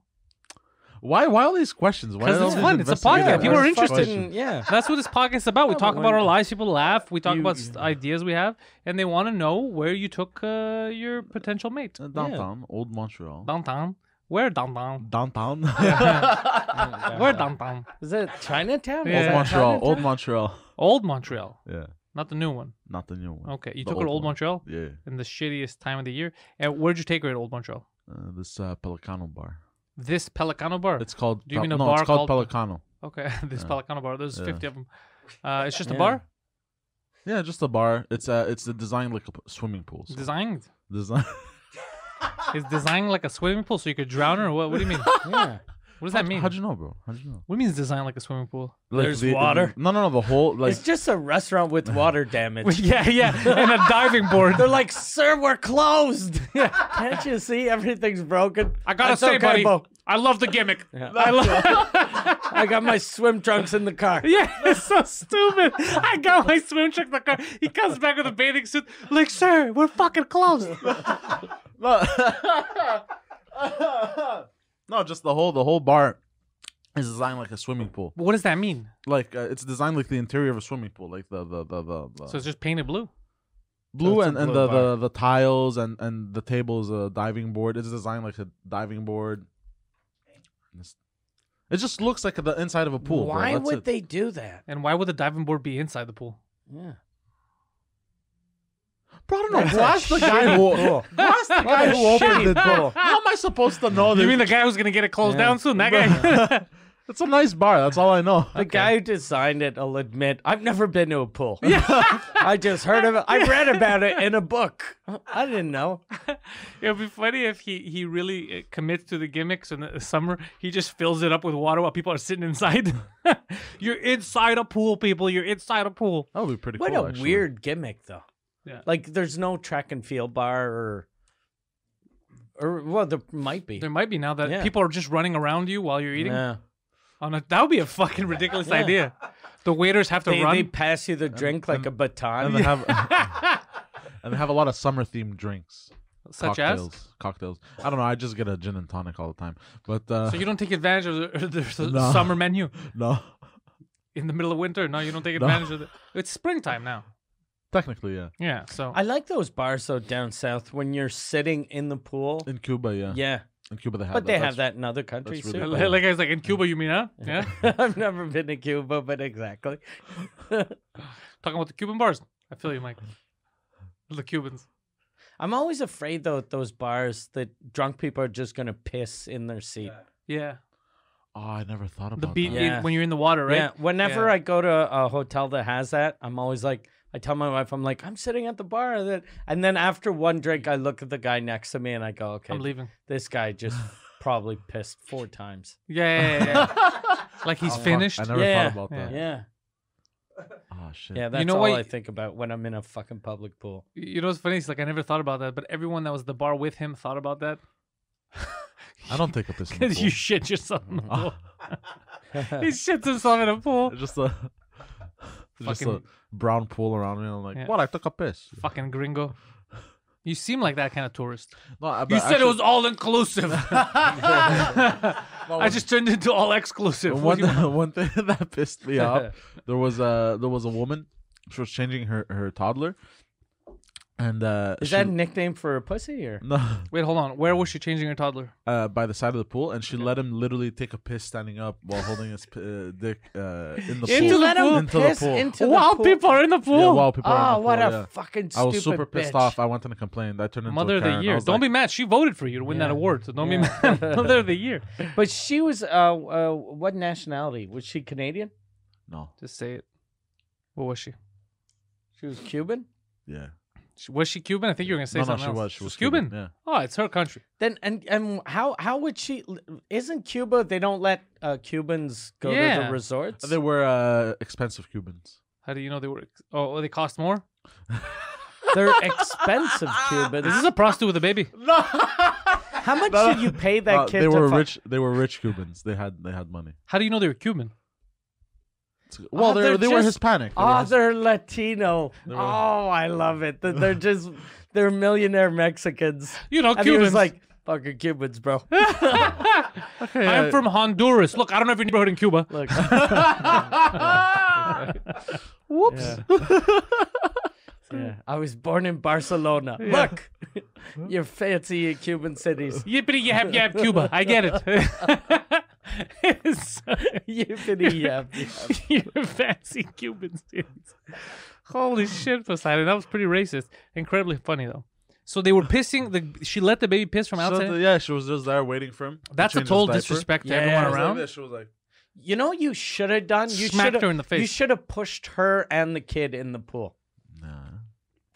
Speaker 3: Why? Why all these questions? Why?
Speaker 1: 'Cause
Speaker 3: all
Speaker 1: it's
Speaker 3: these
Speaker 1: fun, it's a
Speaker 3: investigative
Speaker 1: podcast, people are
Speaker 3: questions?
Speaker 1: interested.
Speaker 2: Fucking- yeah.
Speaker 1: That's what this podcast's about. We
Speaker 3: Oh,
Speaker 2: Yeah,
Speaker 1: talk
Speaker 2: but
Speaker 1: about our
Speaker 2: when-
Speaker 1: lives. People laugh. We talk
Speaker 2: You-
Speaker 1: about s ideas we have, and they want to know where you took uh, your potential mate
Speaker 3: Uh, downtown, old Montreal.
Speaker 1: downtown. Where downtown?
Speaker 3: downtown.
Speaker 1: Where downtown?
Speaker 2: um, Is it Chinatown?
Speaker 1: Yeah.
Speaker 3: Old
Speaker 2: Is that
Speaker 3: Montreal.
Speaker 2: Chinatown?
Speaker 3: Old Montreal.
Speaker 1: Old Montreal,
Speaker 3: Yeah,
Speaker 1: not the new one.
Speaker 3: not the new one.
Speaker 1: Okay, you
Speaker 3: The
Speaker 1: took her to
Speaker 3: old
Speaker 1: Old
Speaker 3: one.
Speaker 1: Montreal
Speaker 3: Yeah,
Speaker 1: in the shittiest time of the year. And where'd you take her at Old Montreal?
Speaker 3: uh, this uh, Pelicano bar.
Speaker 1: This Pelicano bar.
Speaker 3: It's called.
Speaker 1: Do you
Speaker 3: Pel-
Speaker 1: mean a
Speaker 3: no,
Speaker 1: bar
Speaker 3: it's called,
Speaker 1: called-
Speaker 3: Pelicano.
Speaker 1: okay, this
Speaker 3: Yeah.
Speaker 1: Pelicano bar. There's
Speaker 3: Yeah.
Speaker 1: 50 of them. Uh, it's just a
Speaker 2: Yeah.
Speaker 1: bar
Speaker 3: Yeah, just a bar. It's uh, it's designed like a p- swimming pool. so
Speaker 1: designed.
Speaker 3: design.
Speaker 1: It's designed like a swimming pool, so you could drown her. or What? What do you mean? What
Speaker 2: Yeah.
Speaker 1: does that mean?
Speaker 3: How'd you know, bro? How'd you know?
Speaker 1: What means designed like a swimming pool?
Speaker 3: Like
Speaker 2: There's water.
Speaker 3: No, no, no. The whole like.
Speaker 2: It's just a restaurant with water damage.
Speaker 1: yeah, yeah, and a diving board.
Speaker 2: They're like, sir, we're closed. Can't you see everything's broken?
Speaker 1: I gotta
Speaker 2: That's
Speaker 1: say,
Speaker 2: okay,
Speaker 1: buddy,
Speaker 2: Bo.
Speaker 1: I love the gimmick.
Speaker 2: Yeah.
Speaker 1: I, lo-
Speaker 2: I got my swim trunks in the car.
Speaker 1: Yeah, it's so stupid. I got my swim check in the car. He comes back with a bathing suit. Like, sir, we're fucking closed.
Speaker 3: No. no, just the whole the whole bar is designed like a swimming pool.
Speaker 1: what does that mean?
Speaker 3: Like uh, it's designed like the interior of a swimming pool, like the the the the, the
Speaker 1: So it's just painted blue.
Speaker 3: blue
Speaker 2: it's a
Speaker 3: and, and
Speaker 2: blue
Speaker 3: the,
Speaker 2: bar.
Speaker 3: the the tiles and and the table is a diving board. It's designed like a diving board. It's- It just looks like the inside of a pool. bro.
Speaker 2: Why
Speaker 3: That's
Speaker 2: would
Speaker 3: it.
Speaker 2: they do that?
Speaker 1: And why would the diving board be inside the pool?
Speaker 2: Yeah.
Speaker 3: Bro, I don't know. Why is the guy who?
Speaker 2: What's the guy
Speaker 3: who opened
Speaker 2: the door?
Speaker 3: How am I supposed to know?
Speaker 1: You
Speaker 3: that-
Speaker 1: mean the guy who's gonna get it closed
Speaker 2: Yeah.
Speaker 1: down soon? That guy.
Speaker 3: It's a nice bar. That's all I know.
Speaker 2: The guy who designed it, I'll admit, I've never been to a pool. I just heard of it. I read about it in a book. I didn't know.
Speaker 1: it would be funny if he he really uh, commits to the gimmicks in the summer. He just fills it up with water while people are sitting inside. You're inside a pool, people. You're inside a pool.
Speaker 3: That would be pretty
Speaker 2: What
Speaker 3: cool.
Speaker 2: a
Speaker 3: actually.
Speaker 2: weird gimmick, though.
Speaker 1: Yeah.
Speaker 2: Like, there's no track and field bar or, or well, there might be.
Speaker 1: There might be now that
Speaker 2: Yeah.
Speaker 1: people are just running around you while you're eating.
Speaker 2: Yeah.
Speaker 1: On a, that would be a fucking ridiculous
Speaker 2: Yeah.
Speaker 1: idea. The waiters have to
Speaker 2: They,
Speaker 1: run.
Speaker 2: they pass you the drink like a baton.
Speaker 3: And they have and they have a lot of summer themed drinks.
Speaker 1: Such as?
Speaker 3: cocktails, cocktails. I don't know. I just get a gin and tonic all the time. But uh,
Speaker 1: So you don't take advantage of the, the
Speaker 3: No.
Speaker 1: summer menu
Speaker 3: no,
Speaker 1: in the middle of winter. No, you don't take
Speaker 3: No.
Speaker 1: advantage of it. It's springtime now.
Speaker 3: technically, yeah.
Speaker 1: Yeah. So
Speaker 2: I like those bars though down south when you're sitting in the pool.
Speaker 3: In Cuba, yeah.
Speaker 2: Yeah,
Speaker 3: In Cuba, they have.
Speaker 2: but they have
Speaker 3: That's-
Speaker 2: that in other countries
Speaker 3: really
Speaker 2: too.
Speaker 3: bad.
Speaker 1: like I was like in Cuba, you mean huh? Yeah.
Speaker 2: I've never been to Cuba, but exactly.
Speaker 1: Talking about the Cuban bars. I feel you, Mike. The Cubans.
Speaker 2: I'm always afraid though at those bars that drunk people are just gonna piss in their seat.
Speaker 1: Yeah.
Speaker 3: Oh, I never thought about
Speaker 1: The beat
Speaker 3: that.
Speaker 2: Yeah.
Speaker 1: when you're in the water, right?
Speaker 2: Yeah. Whenever
Speaker 1: Yeah.
Speaker 2: I go to a hotel that has that, I'm always like, I tell my wife, I'm like, I'm sitting at the bar that, and then after one drink, I look at the guy next to me and I go, okay,
Speaker 1: I'm leaving.
Speaker 2: this guy just probably pissed four times.
Speaker 1: Yeah, yeah, yeah, yeah. like he's
Speaker 3: Oh, Fuck,
Speaker 1: finished.
Speaker 3: I never
Speaker 2: Yeah.
Speaker 3: thought about
Speaker 1: Yeah.
Speaker 3: that.
Speaker 2: Yeah.
Speaker 3: Oh shit.
Speaker 2: Yeah, that's
Speaker 1: know
Speaker 2: all
Speaker 1: why-
Speaker 2: I think about when I'm in a fucking public pool.
Speaker 1: You know what's funny? It's like I never thought about that, but everyone that was at the bar with him thought about that.
Speaker 3: I don't take a piss. in the
Speaker 1: Because you
Speaker 3: pool.
Speaker 1: shit yourself in the pool. he
Speaker 2: yeah,
Speaker 1: shits himself in a pool.
Speaker 3: It's just a it's just a
Speaker 1: Fucking-
Speaker 3: brown pool around me. I'm like,
Speaker 1: Yeah.
Speaker 3: what? I took a piss.
Speaker 1: Fucking gringo. You seem like that kind of tourist.
Speaker 3: No, I-
Speaker 1: You
Speaker 3: but
Speaker 1: said it
Speaker 3: actually-
Speaker 1: was all inclusive.
Speaker 3: No,
Speaker 1: I just turned into all exclusive.
Speaker 3: one,
Speaker 1: What do you-
Speaker 3: one thing that pissed me off there was a there was a woman she was changing her her toddler and uh
Speaker 2: Is
Speaker 3: she- Mm,
Speaker 2: that a nickname for a pussy or?
Speaker 3: no
Speaker 1: Wait, hold on. Where was she changing her toddler?
Speaker 3: uh by the side of the pool and she let him literally take a piss standing up while holding his p- uh, dick uh in the
Speaker 1: Into
Speaker 3: pool
Speaker 1: the pool?
Speaker 3: into the pool
Speaker 2: into
Speaker 1: Wow, people are in the
Speaker 3: yeah,
Speaker 1: pool.
Speaker 3: while people are
Speaker 2: Oh,
Speaker 3: on the
Speaker 2: what
Speaker 3: pool,
Speaker 2: a
Speaker 3: yeah.
Speaker 2: fucking stupid
Speaker 3: I was super pissed
Speaker 2: bitch.
Speaker 3: off. I went and complained. I turned into
Speaker 1: Mother
Speaker 3: a
Speaker 1: of the
Speaker 3: Karen. I
Speaker 1: year.
Speaker 3: was
Speaker 1: Don't be
Speaker 3: like,
Speaker 1: mad. She voted for you to win that
Speaker 2: Yeah.
Speaker 1: award, so don't
Speaker 2: Yeah.
Speaker 1: be mad. Mother of the year.
Speaker 2: But she was, uh, uh, what nationality? Was she Canadian?
Speaker 3: No.
Speaker 1: Just say it. What was she?
Speaker 2: She was Cuban?
Speaker 3: Yeah.
Speaker 1: She- Was she Cuban? I think you were gonna say
Speaker 3: no, no,
Speaker 1: something
Speaker 3: she
Speaker 1: else.
Speaker 3: was. She was
Speaker 1: Cuban.
Speaker 3: Yeah.
Speaker 1: Oh, it's her country.
Speaker 2: Then and and how how would she? Isn't Cuba? They don't let uh, Cubans go to
Speaker 1: Yeah.
Speaker 2: the resorts.
Speaker 3: They were uh, expensive Cubans.
Speaker 1: How do you know they were? ex- Oh, they cost more.
Speaker 2: They're expensive Cubans.
Speaker 1: This is a prostitute with a baby.
Speaker 2: how much
Speaker 3: No,
Speaker 2: did you pay that
Speaker 3: Uh,
Speaker 2: kid?
Speaker 3: they
Speaker 2: to
Speaker 3: were
Speaker 2: fuck-
Speaker 3: rich. They were rich Cubans. They had they had money.
Speaker 1: How do you know they were Cuban?
Speaker 3: It's- Well,
Speaker 2: Oh,
Speaker 3: they
Speaker 2: they're
Speaker 3: they were
Speaker 2: just-
Speaker 3: Hispanic. They were
Speaker 2: Oh,
Speaker 3: His-
Speaker 2: they're Latino.
Speaker 3: They were-
Speaker 2: oh, I love it. That They're just they're millionaire Mexicans.
Speaker 1: You know,
Speaker 2: And he
Speaker 1: Cubans.
Speaker 2: was like, "Fucking Cubans, bro." uh,
Speaker 1: I'm from Honduras. Look, I don't have any neighborhood in Cuba.
Speaker 2: Look,
Speaker 1: Whoops.
Speaker 2: yeah, I was born in Barcelona. Look, your fancy Cuban cities.
Speaker 1: Yippity yap yap Cuba. I get it. It's-
Speaker 2: Yippity yap.
Speaker 1: You're fancy Cubans, dude. Holy shit, Poseidon. That was pretty racist. Incredibly funny though. So they were pissing. The she let the baby piss from
Speaker 3: So
Speaker 1: outside.
Speaker 3: the- yeah, she was just there waiting for him. to
Speaker 1: That's a
Speaker 3: change his
Speaker 1: total
Speaker 3: diaper.
Speaker 1: disrespect to
Speaker 2: Yeah.
Speaker 3: She
Speaker 1: everyone
Speaker 3: was like
Speaker 1: around.
Speaker 3: this, She was like,
Speaker 2: You know what you should have done? You
Speaker 1: Smacked
Speaker 2: shoulda-
Speaker 1: her in the face.
Speaker 2: You should have pushed her and the kid in the pool.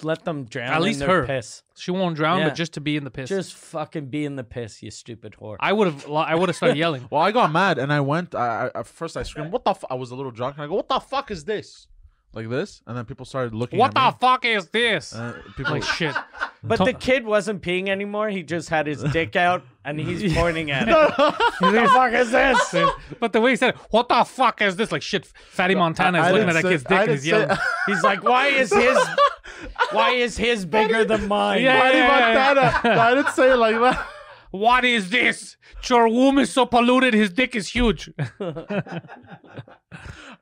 Speaker 2: Let them drown
Speaker 1: At
Speaker 2: in
Speaker 1: least
Speaker 2: their
Speaker 1: her.
Speaker 2: piss.
Speaker 1: She won't drown,
Speaker 2: Yeah.
Speaker 1: but just to be in the piss.
Speaker 2: Just fucking be in the piss, you stupid whore.
Speaker 1: I would have. I would have started yelling.
Speaker 3: Well, I got mad and I went. I, I at first I screamed, "What the?" Fu-? I was a little drunk and I go, "What the fuck is this?" like this, and then people started looking.
Speaker 1: What the
Speaker 3: at
Speaker 1: fuck is this?
Speaker 2: Uh,
Speaker 3: me, and people
Speaker 1: like shit.
Speaker 2: But
Speaker 1: Tom-
Speaker 2: the kid wasn't peeing anymore. He just had his dick out and he's pointing at it.
Speaker 1: What the fuck is this? But the way he said, it, "What the fuck is this?" Like shit, Fatty Montana is
Speaker 3: I
Speaker 1: looking at
Speaker 3: didn't
Speaker 1: that
Speaker 3: say-
Speaker 1: kid's dick
Speaker 3: I
Speaker 1: and he's
Speaker 3: didn't say-
Speaker 1: yelling.
Speaker 2: He's like, why is his, why is his bigger than mine?
Speaker 1: Yeah.
Speaker 3: Patty Montana. No, I didn't say it like that.
Speaker 1: What is this? Your womb is so polluted. His dick is huge.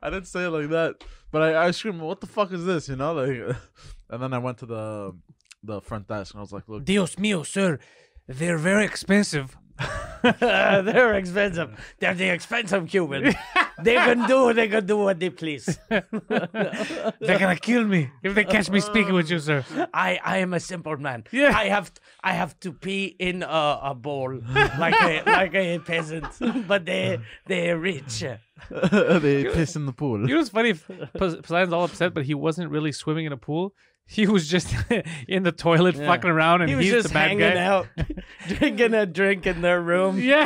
Speaker 3: I didn't say it like that. But I, I screamed, "What the fuck is this?" You know, like. And then I went to the the front desk and I was like, "Look,
Speaker 1: Dios mío, sir, they're very expensive.
Speaker 2: they're expensive. They're the expensive Cuban. they can do they can do what they please.
Speaker 1: They're gonna kill me if they catch me speaking with you, sir.
Speaker 2: I, I am a simple man.
Speaker 1: Yeah.
Speaker 2: I have I have to pee in a, a bowl like a like a peasant. But they they're rich.
Speaker 3: they piss in the pool."
Speaker 1: You know what's funny? If Pos- Poseidon's all upset, but he wasn't really swimming in a pool. He was just in the toilet fucking around, and
Speaker 2: He was
Speaker 1: he's
Speaker 2: just
Speaker 1: the bad
Speaker 2: hanging
Speaker 1: guy.
Speaker 2: out, drinking a drink in their room.
Speaker 1: Yeah,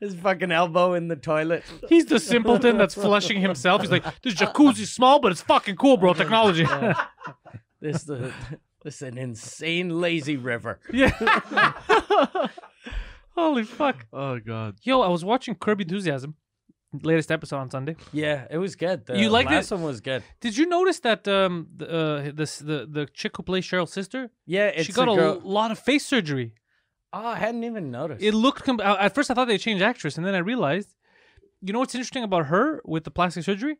Speaker 2: His fucking elbow in the toilet.
Speaker 1: he's the simpleton that's flushing himself. He's like, "This jacuzzi's small, but it's fucking cool, bro. Technology."
Speaker 2: This the this an insane lazy river.
Speaker 1: yeah. Holy fuck!
Speaker 3: Oh god.
Speaker 1: Yo, I was watching Kirby Enthusiasm, latest episode on Sunday.
Speaker 2: Yeah, it was good. The
Speaker 1: You liked
Speaker 2: last
Speaker 1: it?
Speaker 2: one was good.
Speaker 1: Did you notice that um the uh, this the the chick who plays Cheryl's sister?
Speaker 2: Yeah, it's
Speaker 1: she got a,
Speaker 2: a girl.
Speaker 1: lot of face surgery.
Speaker 2: oh, I hadn't even noticed.
Speaker 1: It looked com- uh, at first I thought they changed actress, and then I realized, you know what's interesting about her with the plastic surgery,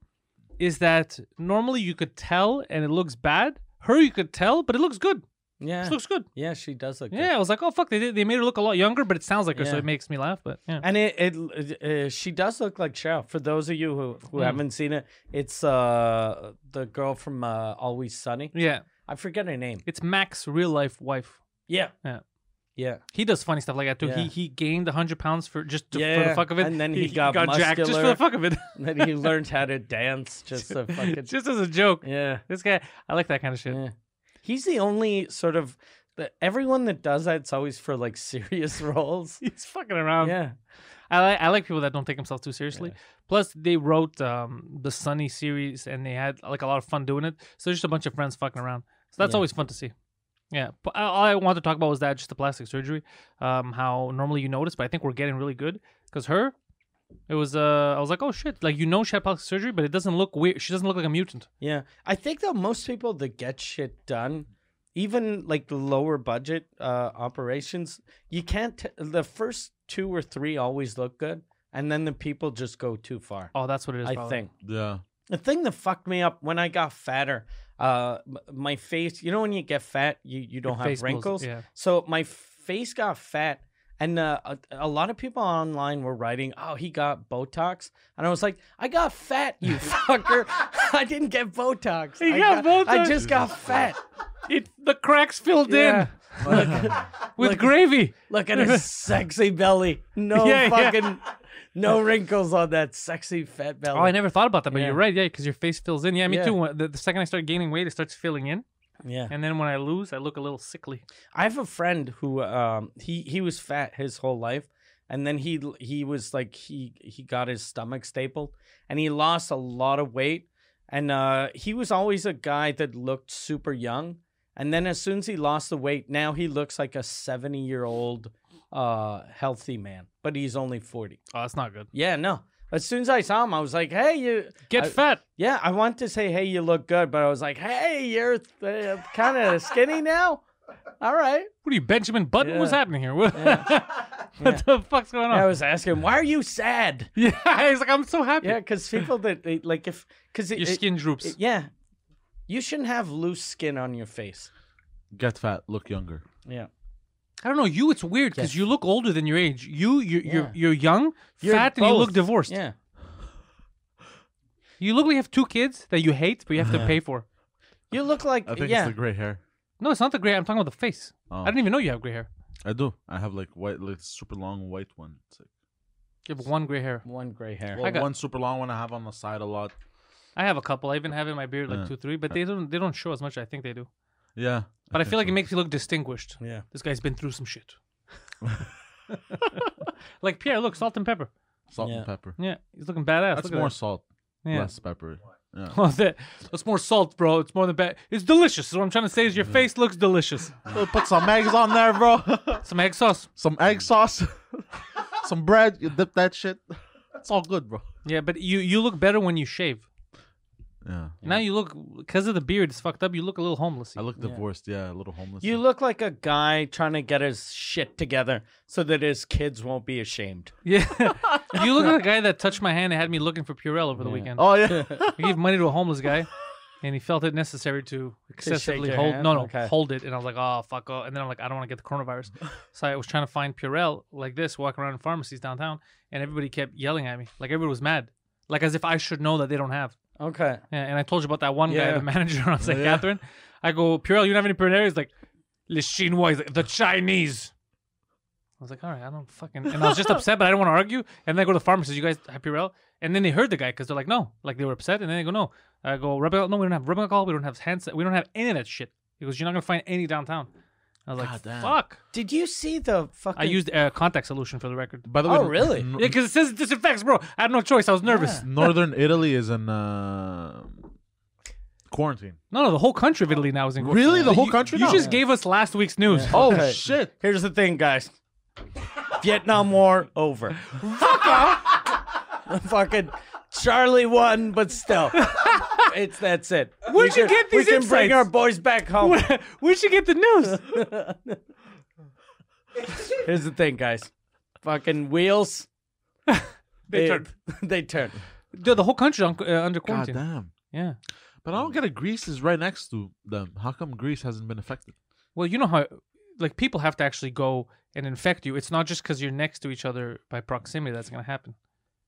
Speaker 1: is that normally you could tell and it looks bad. Her you could tell, but it looks good.
Speaker 2: yeah,
Speaker 1: It looks good.
Speaker 2: yeah, she does look. Good.
Speaker 1: Yeah, I was like, oh fuck, they did, they made her look a lot younger, but it sounds like her, so
Speaker 2: Yeah.
Speaker 1: it makes me laugh. But yeah,
Speaker 2: And it, it uh, she does look like Cheryl. For those of you who, who haven't seen it, it's uh the girl from uh, Always Sunny.
Speaker 1: yeah,
Speaker 2: I forget her name.
Speaker 1: it's Mac's real life wife.
Speaker 2: Yeah,
Speaker 1: Yeah.
Speaker 2: yeah.
Speaker 1: He does funny stuff like that too. He
Speaker 2: Yeah.
Speaker 1: he gained hundred pounds for just to, for
Speaker 2: Yeah,
Speaker 1: the fuck of it,
Speaker 2: and then he got
Speaker 1: just for
Speaker 2: muscular.
Speaker 1: the fuck of it,
Speaker 2: And then he learned how to dance. Just a fucking
Speaker 1: just as a joke.
Speaker 2: yeah.
Speaker 1: This guy, I like that kind of shit.
Speaker 2: Yeah. He's the only sort of the, everyone that does that. It's always for like serious roles.
Speaker 1: He's fucking around.
Speaker 2: yeah,
Speaker 1: I like I like people that don't take themselves too seriously. Plus, they wrote um, the Sunny series, and they had like a lot of fun doing it. So just a bunch of friends fucking around. So that's
Speaker 2: Yeah.
Speaker 1: always fun to see. Yeah, but uh, all all I wanted to talk about was that just the plastic surgery, um, how normally you notice, but I think we're getting really good because her, it was uh, I was like, oh shit, like you know she had plastic surgery, but it doesn't look weird. She doesn't look like a mutant.
Speaker 2: yeah. I think though most people that get shit done, even like the lower budget uh, operations, you can't. T- the first two or three always look good, and then the people just go too far.
Speaker 1: Oh, that's what it is.
Speaker 2: I
Speaker 1: probably.
Speaker 2: think.
Speaker 3: Yeah.
Speaker 2: The thing that fucked me up when I got fatter, uh, m- my face. You know when you get fat, you you don't
Speaker 1: face
Speaker 2: have
Speaker 1: blows up,
Speaker 2: wrinkles.
Speaker 1: yeah.
Speaker 2: So my face got fat, and uh, a, a lot of people online were writing, "Oh, he got Botox," and I was like, "I got fat, you fucker! I didn't get Botox.
Speaker 1: He
Speaker 2: I
Speaker 1: got
Speaker 2: I
Speaker 1: Botox.
Speaker 2: just got fat.
Speaker 1: It the cracks filled
Speaker 2: Yeah.
Speaker 1: in with gravy.
Speaker 2: Look at his sexy belly. No
Speaker 1: Yeah, yeah.
Speaker 2: fucking, no wrinkles on that sexy fat belly.
Speaker 1: Oh, I never thought about that, but
Speaker 2: Yeah.
Speaker 1: you're right. Yeah, because your face fills in. Yeah, me
Speaker 2: Yeah.
Speaker 1: too. When- The, the second I start gaining weight, it starts filling in,
Speaker 2: yeah."
Speaker 1: and then when I lose, I look a little sickly.
Speaker 2: I have a friend who um he he was fat his whole life and then he he was like he he got his stomach stapled and he lost a lot of weight and uh he was always a guy that looked super young and then as soon as he lost the weight now he looks like a 70 year old uh healthy man but he's only 40.
Speaker 1: Oh, that's not good.
Speaker 2: Yeah, no. As soon as I saw him I was like, "Hey, you
Speaker 1: Get
Speaker 2: I-
Speaker 1: fat.
Speaker 2: yeah, I want to say, hey, you look good, but I was like, hey, you're th- kind of skinny now. All right.
Speaker 1: What are you, Benjamin Button? What's
Speaker 2: Yeah.
Speaker 1: happening here? What,
Speaker 2: Yeah.
Speaker 1: what the fuck's going
Speaker 2: I
Speaker 1: on?
Speaker 2: was asking, why are you sad?
Speaker 1: Yeah, he's like, I'm so happy.
Speaker 2: Yeah, because people that they, like if because
Speaker 1: your skin droops.
Speaker 2: yeah, you shouldn't have loose skin on your face.
Speaker 3: Get fat, look younger.
Speaker 2: Yeah,
Speaker 1: I don't know you. It's weird because
Speaker 2: Yeah.
Speaker 1: you look older than your age. You, you're, you're,
Speaker 2: Yeah.
Speaker 1: you're young,
Speaker 2: You're
Speaker 1: fat, and you look
Speaker 2: both.
Speaker 1: divorced.
Speaker 2: yeah.
Speaker 1: You look like you have two kids that you hate, but you
Speaker 2: Uh-huh.
Speaker 1: have to pay for.
Speaker 2: You look like
Speaker 3: I think
Speaker 2: yeah.
Speaker 3: it's the gray hair.
Speaker 1: No, it's not the gray. I'm talking about the face.
Speaker 3: Oh.
Speaker 1: I didn't even know you have gray hair.
Speaker 3: I do. I have like white, like super long white one. It's like,
Speaker 1: You have one gray hair.
Speaker 2: one gray hair.
Speaker 3: well,
Speaker 1: got-
Speaker 3: one super long one I have on the side a lot.
Speaker 1: I have a couple. I even have in my beard like
Speaker 2: Uh-huh.
Speaker 1: two,
Speaker 3: Uh.
Speaker 1: three, but they don't. They don't show as much. I think they do.
Speaker 3: Yeah.
Speaker 1: But I
Speaker 3: think
Speaker 1: feel like
Speaker 3: so.
Speaker 1: it makes you look distinguished.
Speaker 2: Yeah,
Speaker 1: This guy's been through some shit. like Pierre, look, salt and pepper.
Speaker 3: salt
Speaker 2: Yeah.
Speaker 3: and pepper.
Speaker 1: Yeah, he's looking badass.
Speaker 3: That's
Speaker 1: look at
Speaker 3: more
Speaker 1: that.
Speaker 3: salt,
Speaker 1: Yeah.
Speaker 3: less pepper. Yeah.
Speaker 1: Oh, that, that's more salt, bro. It's more than bad. It's delicious. So what I'm trying to say is your
Speaker 3: Mm-hmm.
Speaker 1: face looks delicious.
Speaker 3: So put some eggs on there, bro.
Speaker 1: Some egg sauce.
Speaker 3: some egg sauce, some bread. You dip that shit. It's all good, bro.
Speaker 1: Yeah, but you you look better when you shave.
Speaker 3: Yeah.
Speaker 1: Now you look because of the beard is fucked up. You look a little homeless.
Speaker 3: I look divorced. Yeah, a little homeless.
Speaker 2: You look like a guy trying to get his shit together so that his kids won't be ashamed.
Speaker 1: Yeah, you look like a guy that touched my hand and had me looking for Purell over the weekend.
Speaker 3: Oh yeah.
Speaker 1: I gave money to a homeless guy, and he felt it necessary to excessively
Speaker 2: your
Speaker 1: hold
Speaker 2: hand?
Speaker 1: no no
Speaker 2: Okay.
Speaker 1: hold it, and I was like, oh fuck, oh. and then I'm like, I don't want to get the coronavirus, so I was trying to find Purell like this, walking around in pharmacies downtown, and everybody kept yelling at me, like everybody was mad, like as if I should know that they don't have.
Speaker 2: Okay.
Speaker 1: Yeah, and I told you about that one guy,
Speaker 2: Yeah.
Speaker 1: the manager on St.
Speaker 3: yeah.
Speaker 1: Catherine. I go, Purell, you don't have any Purell? He's like, Le Chinois. He's like, the Chinese. I was like, all right, I don't fucking. And I was just upset, but I didn't want to argue. And then I go to the pharmacist, you guys have Purell? And then they heard the guy because they're like, no. Like they were upset. And then they go, no. I go, rubbing alcohol? No, we don't have rubbing alcohol. We don't have hand sa- We don't have any of that shit. He goes, you're not going to find any downtown. I was like,
Speaker 3: God damn.
Speaker 1: fuck.
Speaker 2: Did you see the fucking?
Speaker 1: I used a contact solution for the record.
Speaker 3: By the way.
Speaker 2: Oh really?
Speaker 3: n-
Speaker 1: Yeah, because it says it disinfects, bro. I had no choice. I was nervous.
Speaker 3: Northern Italy is in uh, quarantine.
Speaker 1: No, no, the whole country of Italy now is in quarantine.
Speaker 3: Really? The whole
Speaker 1: You-
Speaker 3: country
Speaker 1: You
Speaker 3: now?
Speaker 1: just gave us last week's news.
Speaker 3: Oh
Speaker 2: Okay.
Speaker 3: shit!
Speaker 2: Here's the thing, guys. Vietnam War over. fucking Charlie won, but still, it's that's it.
Speaker 1: Where'd
Speaker 2: We
Speaker 1: you
Speaker 2: can-
Speaker 1: get these
Speaker 2: We can bring
Speaker 1: insights?
Speaker 2: our boys back home.
Speaker 1: Where'd you get the news?
Speaker 2: Here's the thing, guys. Fucking wheels.
Speaker 1: They turned.
Speaker 2: They turn.
Speaker 1: Dude, the whole country on, uh, under
Speaker 3: God
Speaker 1: quarantine.
Speaker 3: damn.
Speaker 1: Yeah.
Speaker 3: But I don't get it. Greece is right next to them. How come Greece hasn't been affected?
Speaker 1: Well, you know how, like, people have to actually go and infect you. It's not just because you're next to each other by proximity that's going to happen.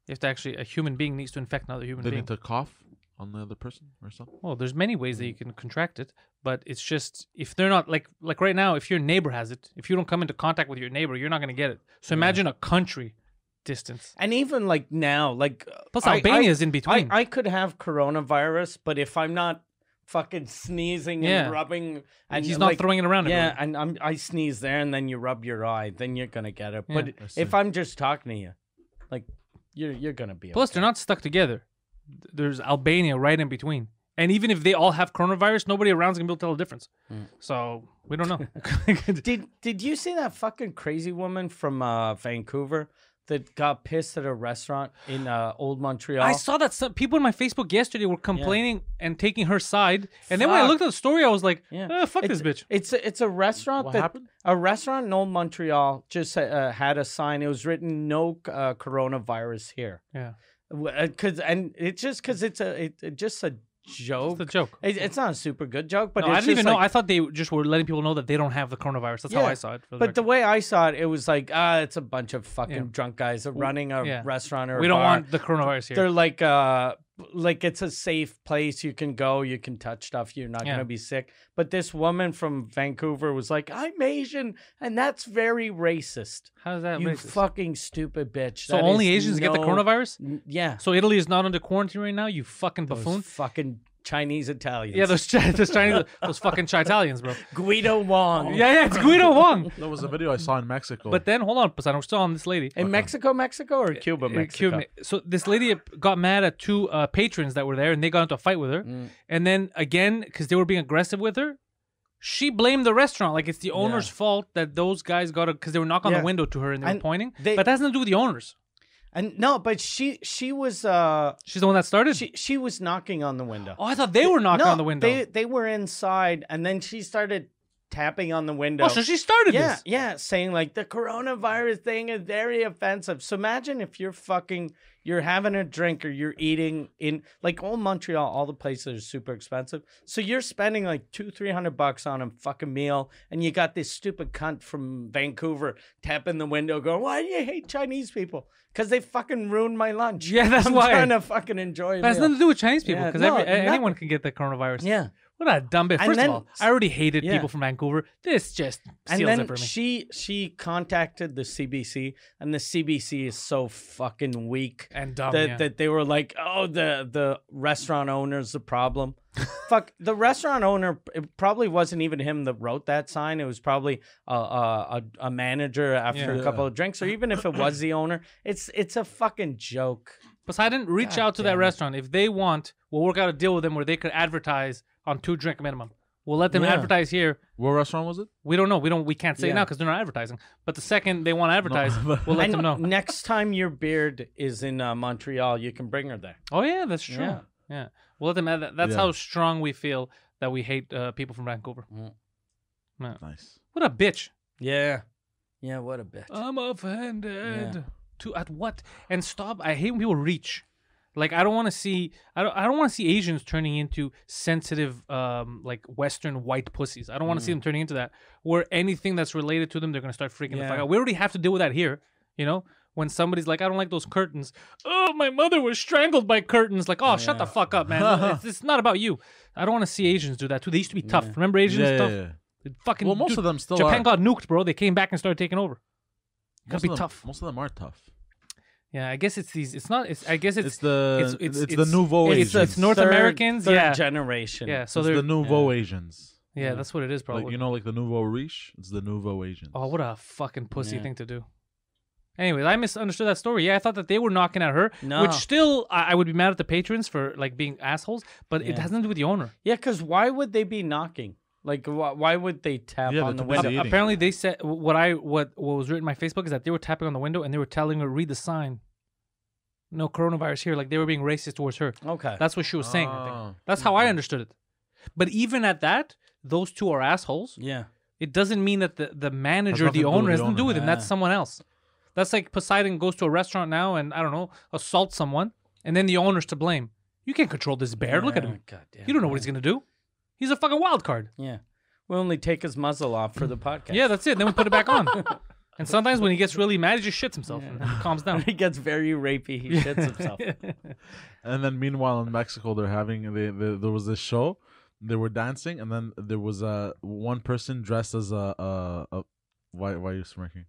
Speaker 1: You have to actually, a human being needs to infect another human
Speaker 3: They
Speaker 1: being.
Speaker 3: need to cough on the other person or something.
Speaker 1: Well, there's many ways
Speaker 3: Mm.
Speaker 1: that you can contract it, but it's just if they're not like like right now, if your neighbor has it, if you don't come into contact with your neighbor, you're not going to get it. So imagine a country distance.
Speaker 2: And even like now, like
Speaker 1: Plus,
Speaker 2: I-
Speaker 1: Albania
Speaker 2: I-
Speaker 1: is in between.
Speaker 2: I, I could have coronavirus, but if I'm not fucking sneezing
Speaker 1: Yeah.
Speaker 2: and rubbing, and
Speaker 1: He's not
Speaker 2: like,
Speaker 1: throwing it around.
Speaker 2: Yeah,
Speaker 1: everywhere.
Speaker 2: and I'm, I sneeze there, and then you rub your eye, then you're gonna get it.
Speaker 1: Yeah.
Speaker 2: But
Speaker 3: I see.
Speaker 2: if I'm just talking to you, like you're you're gonna be
Speaker 1: Plus, they're not stuck together. Th- There's Albania right in between. And even if they all have coronavirus, nobody around's gonna be able to tell the difference.
Speaker 2: Hmm.
Speaker 1: So we don't know.
Speaker 2: Did did you see that fucking crazy woman from uh, Vancouver that got pissed at a restaurant in uh, Old Montreal?
Speaker 1: I saw that some people in my Facebook yesterday were complaining and taking her side. And then when I
Speaker 2: Fuck.
Speaker 1: looked at the story, I was like,
Speaker 2: Yeah.
Speaker 1: eh, fuck
Speaker 2: it's,
Speaker 1: this bitch.
Speaker 2: It's a, it's a restaurant
Speaker 3: What
Speaker 2: that
Speaker 3: happened?
Speaker 2: a restaurant in Old Montreal just uh, had a sign. It was written "No uh, coronavirus here,"
Speaker 1: Yeah.
Speaker 2: because and it's just because it's a it, it just a joke.
Speaker 1: It's a joke.
Speaker 2: It- it's not a super good joke, but
Speaker 1: No, I
Speaker 2: it's
Speaker 1: didn't even
Speaker 2: just
Speaker 1: know.
Speaker 2: like-
Speaker 1: I thought they just were letting people know that they don't have the coronavirus. That's how
Speaker 2: Yeah.
Speaker 1: I saw it. For the
Speaker 2: but the
Speaker 1: record.
Speaker 2: way I saw it, it was like, ah, it's a bunch of fucking drunk guys running a
Speaker 1: yeah.
Speaker 2: restaurant or a
Speaker 1: we don't
Speaker 2: bar.
Speaker 1: want the coronavirus here.
Speaker 2: They're like, uh, like it's a safe place. You can go. You can touch stuff. You're not
Speaker 1: Yeah.
Speaker 2: gonna be sick. But this woman from Vancouver was like, I'm Asian, and that's very racist.
Speaker 1: How's that?
Speaker 2: you
Speaker 1: racist?
Speaker 2: fucking stupid bitch.
Speaker 1: so
Speaker 2: That
Speaker 1: only
Speaker 2: is
Speaker 1: Asians get the
Speaker 2: no-
Speaker 1: coronavirus.
Speaker 2: N- Yeah.
Speaker 1: So Italy is not under quarantine right now. You fucking
Speaker 2: Those
Speaker 1: buffoon.
Speaker 2: fucking Chinese Italians.
Speaker 1: Yeah, those Chi- those Chinese, those fucking Italians, bro.
Speaker 2: Guido Wong.
Speaker 1: Yeah, yeah, it's Guido Wong.
Speaker 3: That was a video I saw in Mexico.
Speaker 1: But then hold on, Poseidon, we're still on this lady.
Speaker 2: In Mexico, Mexico, or Cuba,
Speaker 1: Uh,
Speaker 2: Mexico?
Speaker 1: Cuban- So this lady got mad at two uh, patrons that were there, and they got into a fight with her.
Speaker 2: Mm.
Speaker 1: And then again, because they were being aggressive with her, she blamed the restaurant like it's the owner's fault that those guys got because they were knocking on
Speaker 2: Yeah.
Speaker 1: the window to her and they were
Speaker 2: And
Speaker 1: pointing.
Speaker 2: they-
Speaker 1: but that has nothing to do with the owners.
Speaker 2: And no, but she she was uh
Speaker 1: She's the one that started.
Speaker 2: she she was knocking on the window.
Speaker 1: oh, I thought they were knocking
Speaker 2: no,
Speaker 1: on the window.
Speaker 2: They they were inside, and then she started tapping on the window.
Speaker 1: oh, so she started
Speaker 2: yeah,
Speaker 1: this.
Speaker 2: yeah, saying like the coronavirus thing is very offensive. So imagine if you're fucking, you're having a drink or you're eating in like all Montreal, all the places are super expensive. So you're spending like two, three hundred bucks on a fucking meal, and you got this stupid cunt from Vancouver tapping the window, going, "Why do you hate Chinese people? Because they fucking ruined my lunch.
Speaker 1: Yeah, that's
Speaker 2: I'm
Speaker 1: why.
Speaker 2: trying to fucking enjoy. a
Speaker 1: That has
Speaker 2: meal."
Speaker 1: nothing to do with Chinese people
Speaker 2: Yeah,
Speaker 1: because
Speaker 2: no, nothing.
Speaker 1: anyone can get the coronavirus.
Speaker 2: yeah.
Speaker 1: What a dumb bit.
Speaker 2: And
Speaker 1: First
Speaker 2: then-
Speaker 1: of all, I already hated
Speaker 2: yeah.
Speaker 1: people from Vancouver. This just
Speaker 2: and
Speaker 1: seals
Speaker 2: then
Speaker 1: it for me.
Speaker 2: she she contacted the CBC, and the CBC is so fucking weak
Speaker 1: and dumb.
Speaker 2: that
Speaker 1: yeah.
Speaker 2: that they were like, "Oh, the the restaurant owner's the problem." Fuck, the restaurant owner. It probably wasn't even him that wrote that sign. It was probably a a, a, a manager after
Speaker 1: Yeah.
Speaker 2: a couple of drinks, or even if it was the owner, it's it's a fucking joke.
Speaker 1: Poseidon, reach
Speaker 2: God
Speaker 1: out to that
Speaker 2: damn it.
Speaker 1: restaurant. If they want, we'll work out a deal with them where they could advertise on two drink minimum. We'll let them
Speaker 2: Yeah.
Speaker 1: advertise here.
Speaker 3: What restaurant was it?
Speaker 1: We don't know. We don't. We can't say
Speaker 2: Yeah.
Speaker 1: now because they're not advertising. But the second they want to advertise, we'll let
Speaker 2: And
Speaker 1: them know.
Speaker 2: Next time your beard is in uh, Montreal, you can bring her there.
Speaker 1: Oh yeah, that's true. Yeah,
Speaker 2: Yeah.
Speaker 1: we'll let them. Add that. That's
Speaker 3: Yeah.
Speaker 1: how strong we feel that we hate uh, people from Vancouver.
Speaker 3: Nice.
Speaker 1: What a bitch!
Speaker 2: Yeah. Yeah, what a bitch.
Speaker 1: I'm offended. To at what? And stop. I hate when people reach. Like I don't want to see. I don't. I don't want to see Asians turning into sensitive, um, like Western white pussies. I don't want to see
Speaker 3: Mm.
Speaker 1: them turning into that. Where anything that's related to them, they're gonna start freaking the fuck
Speaker 2: Yeah.
Speaker 1: out. We already have to deal with that here. You know, when somebody's like, I don't like those curtains. Oh, my mother was strangled by curtains. Like, oh, shut the
Speaker 2: Yeah.
Speaker 1: fuck up, man. it's, it's not about you. I don't want to see Asians do that too. They used to be tough.
Speaker 2: Yeah.
Speaker 1: Remember Asians?
Speaker 3: Yeah, yeah,
Speaker 1: tough.
Speaker 3: yeah.
Speaker 1: They Fucking.
Speaker 3: Well, most
Speaker 1: dude,
Speaker 3: of them still
Speaker 1: Japan
Speaker 3: are.
Speaker 1: got nuked, bro. They came back and started taking over. Gotta
Speaker 3: most
Speaker 1: be
Speaker 3: of them,
Speaker 1: tough.
Speaker 3: Most of them are tough.
Speaker 1: Yeah, I guess it's these. It's not. It's. I guess it's.
Speaker 3: It's, the
Speaker 1: it's-
Speaker 3: it's,
Speaker 1: it's-
Speaker 3: the
Speaker 1: it's-
Speaker 3: nouveau
Speaker 1: it's-
Speaker 3: Asians.
Speaker 1: it's North
Speaker 2: Third-
Speaker 1: Americans,
Speaker 2: third
Speaker 1: yeah.
Speaker 2: generation.
Speaker 1: yeah. So
Speaker 3: It's
Speaker 1: they're.
Speaker 3: the nouveau Asians.
Speaker 1: yeah, that's what it is, probably.
Speaker 3: Like you know, like the nouveau riche. It's the nouveau Asians.
Speaker 1: oh, what a fucking pussy
Speaker 2: Yeah.
Speaker 1: thing to do. Anyways, I misunderstood that story. Yeah, I thought that they were knocking at her,
Speaker 2: No.
Speaker 1: which still I, I would be mad at the patrons for like being assholes, but it
Speaker 2: Yeah.
Speaker 1: has nothing to do with the owner.
Speaker 2: Yeah, because why would they be knocking? Like, wh- why would they tap
Speaker 3: Yeah,
Speaker 2: on the
Speaker 3: they're
Speaker 2: window?
Speaker 3: busy. Eating.
Speaker 1: Apparently, they said what I what what was written in my Facebook is that they were tapping on the window and they were telling her read the sign. No coronavirus here. Like they were being racist towards her.
Speaker 2: Okay.
Speaker 1: That's what she was saying. I think.
Speaker 3: Ah,
Speaker 1: That's how I understood it. But even at that, those two are assholes.
Speaker 2: yeah.
Speaker 1: It doesn't mean that the, the manager,
Speaker 3: nothing
Speaker 1: the
Speaker 3: to do with
Speaker 1: owner,
Speaker 3: the
Speaker 1: has nothing to do
Speaker 3: owner.
Speaker 1: with him. That's
Speaker 2: Yeah.
Speaker 1: someone else. That's like Poseidon goes to a restaurant now and I don't know assaults someone, and then the owner's to blame. You can't control this bear. Look at
Speaker 2: Yeah,
Speaker 1: him.
Speaker 2: God damn
Speaker 1: You don't know
Speaker 2: it.
Speaker 1: what he's gonna do. He's a fucking wild card.
Speaker 2: Yeah. We only take his muzzle off for the podcast.
Speaker 1: Yeah, that's it. Then we put it back on. and sometimes when he gets really mad, he just shits himself and
Speaker 2: Yeah.
Speaker 1: calms
Speaker 2: When
Speaker 1: down.
Speaker 2: he gets very rapey, he shits himself.
Speaker 3: And then meanwhile in Mexico they're having they, they, there was this show, they were dancing, and then there was uh, one person dressed as a, a, a why why are you smirking?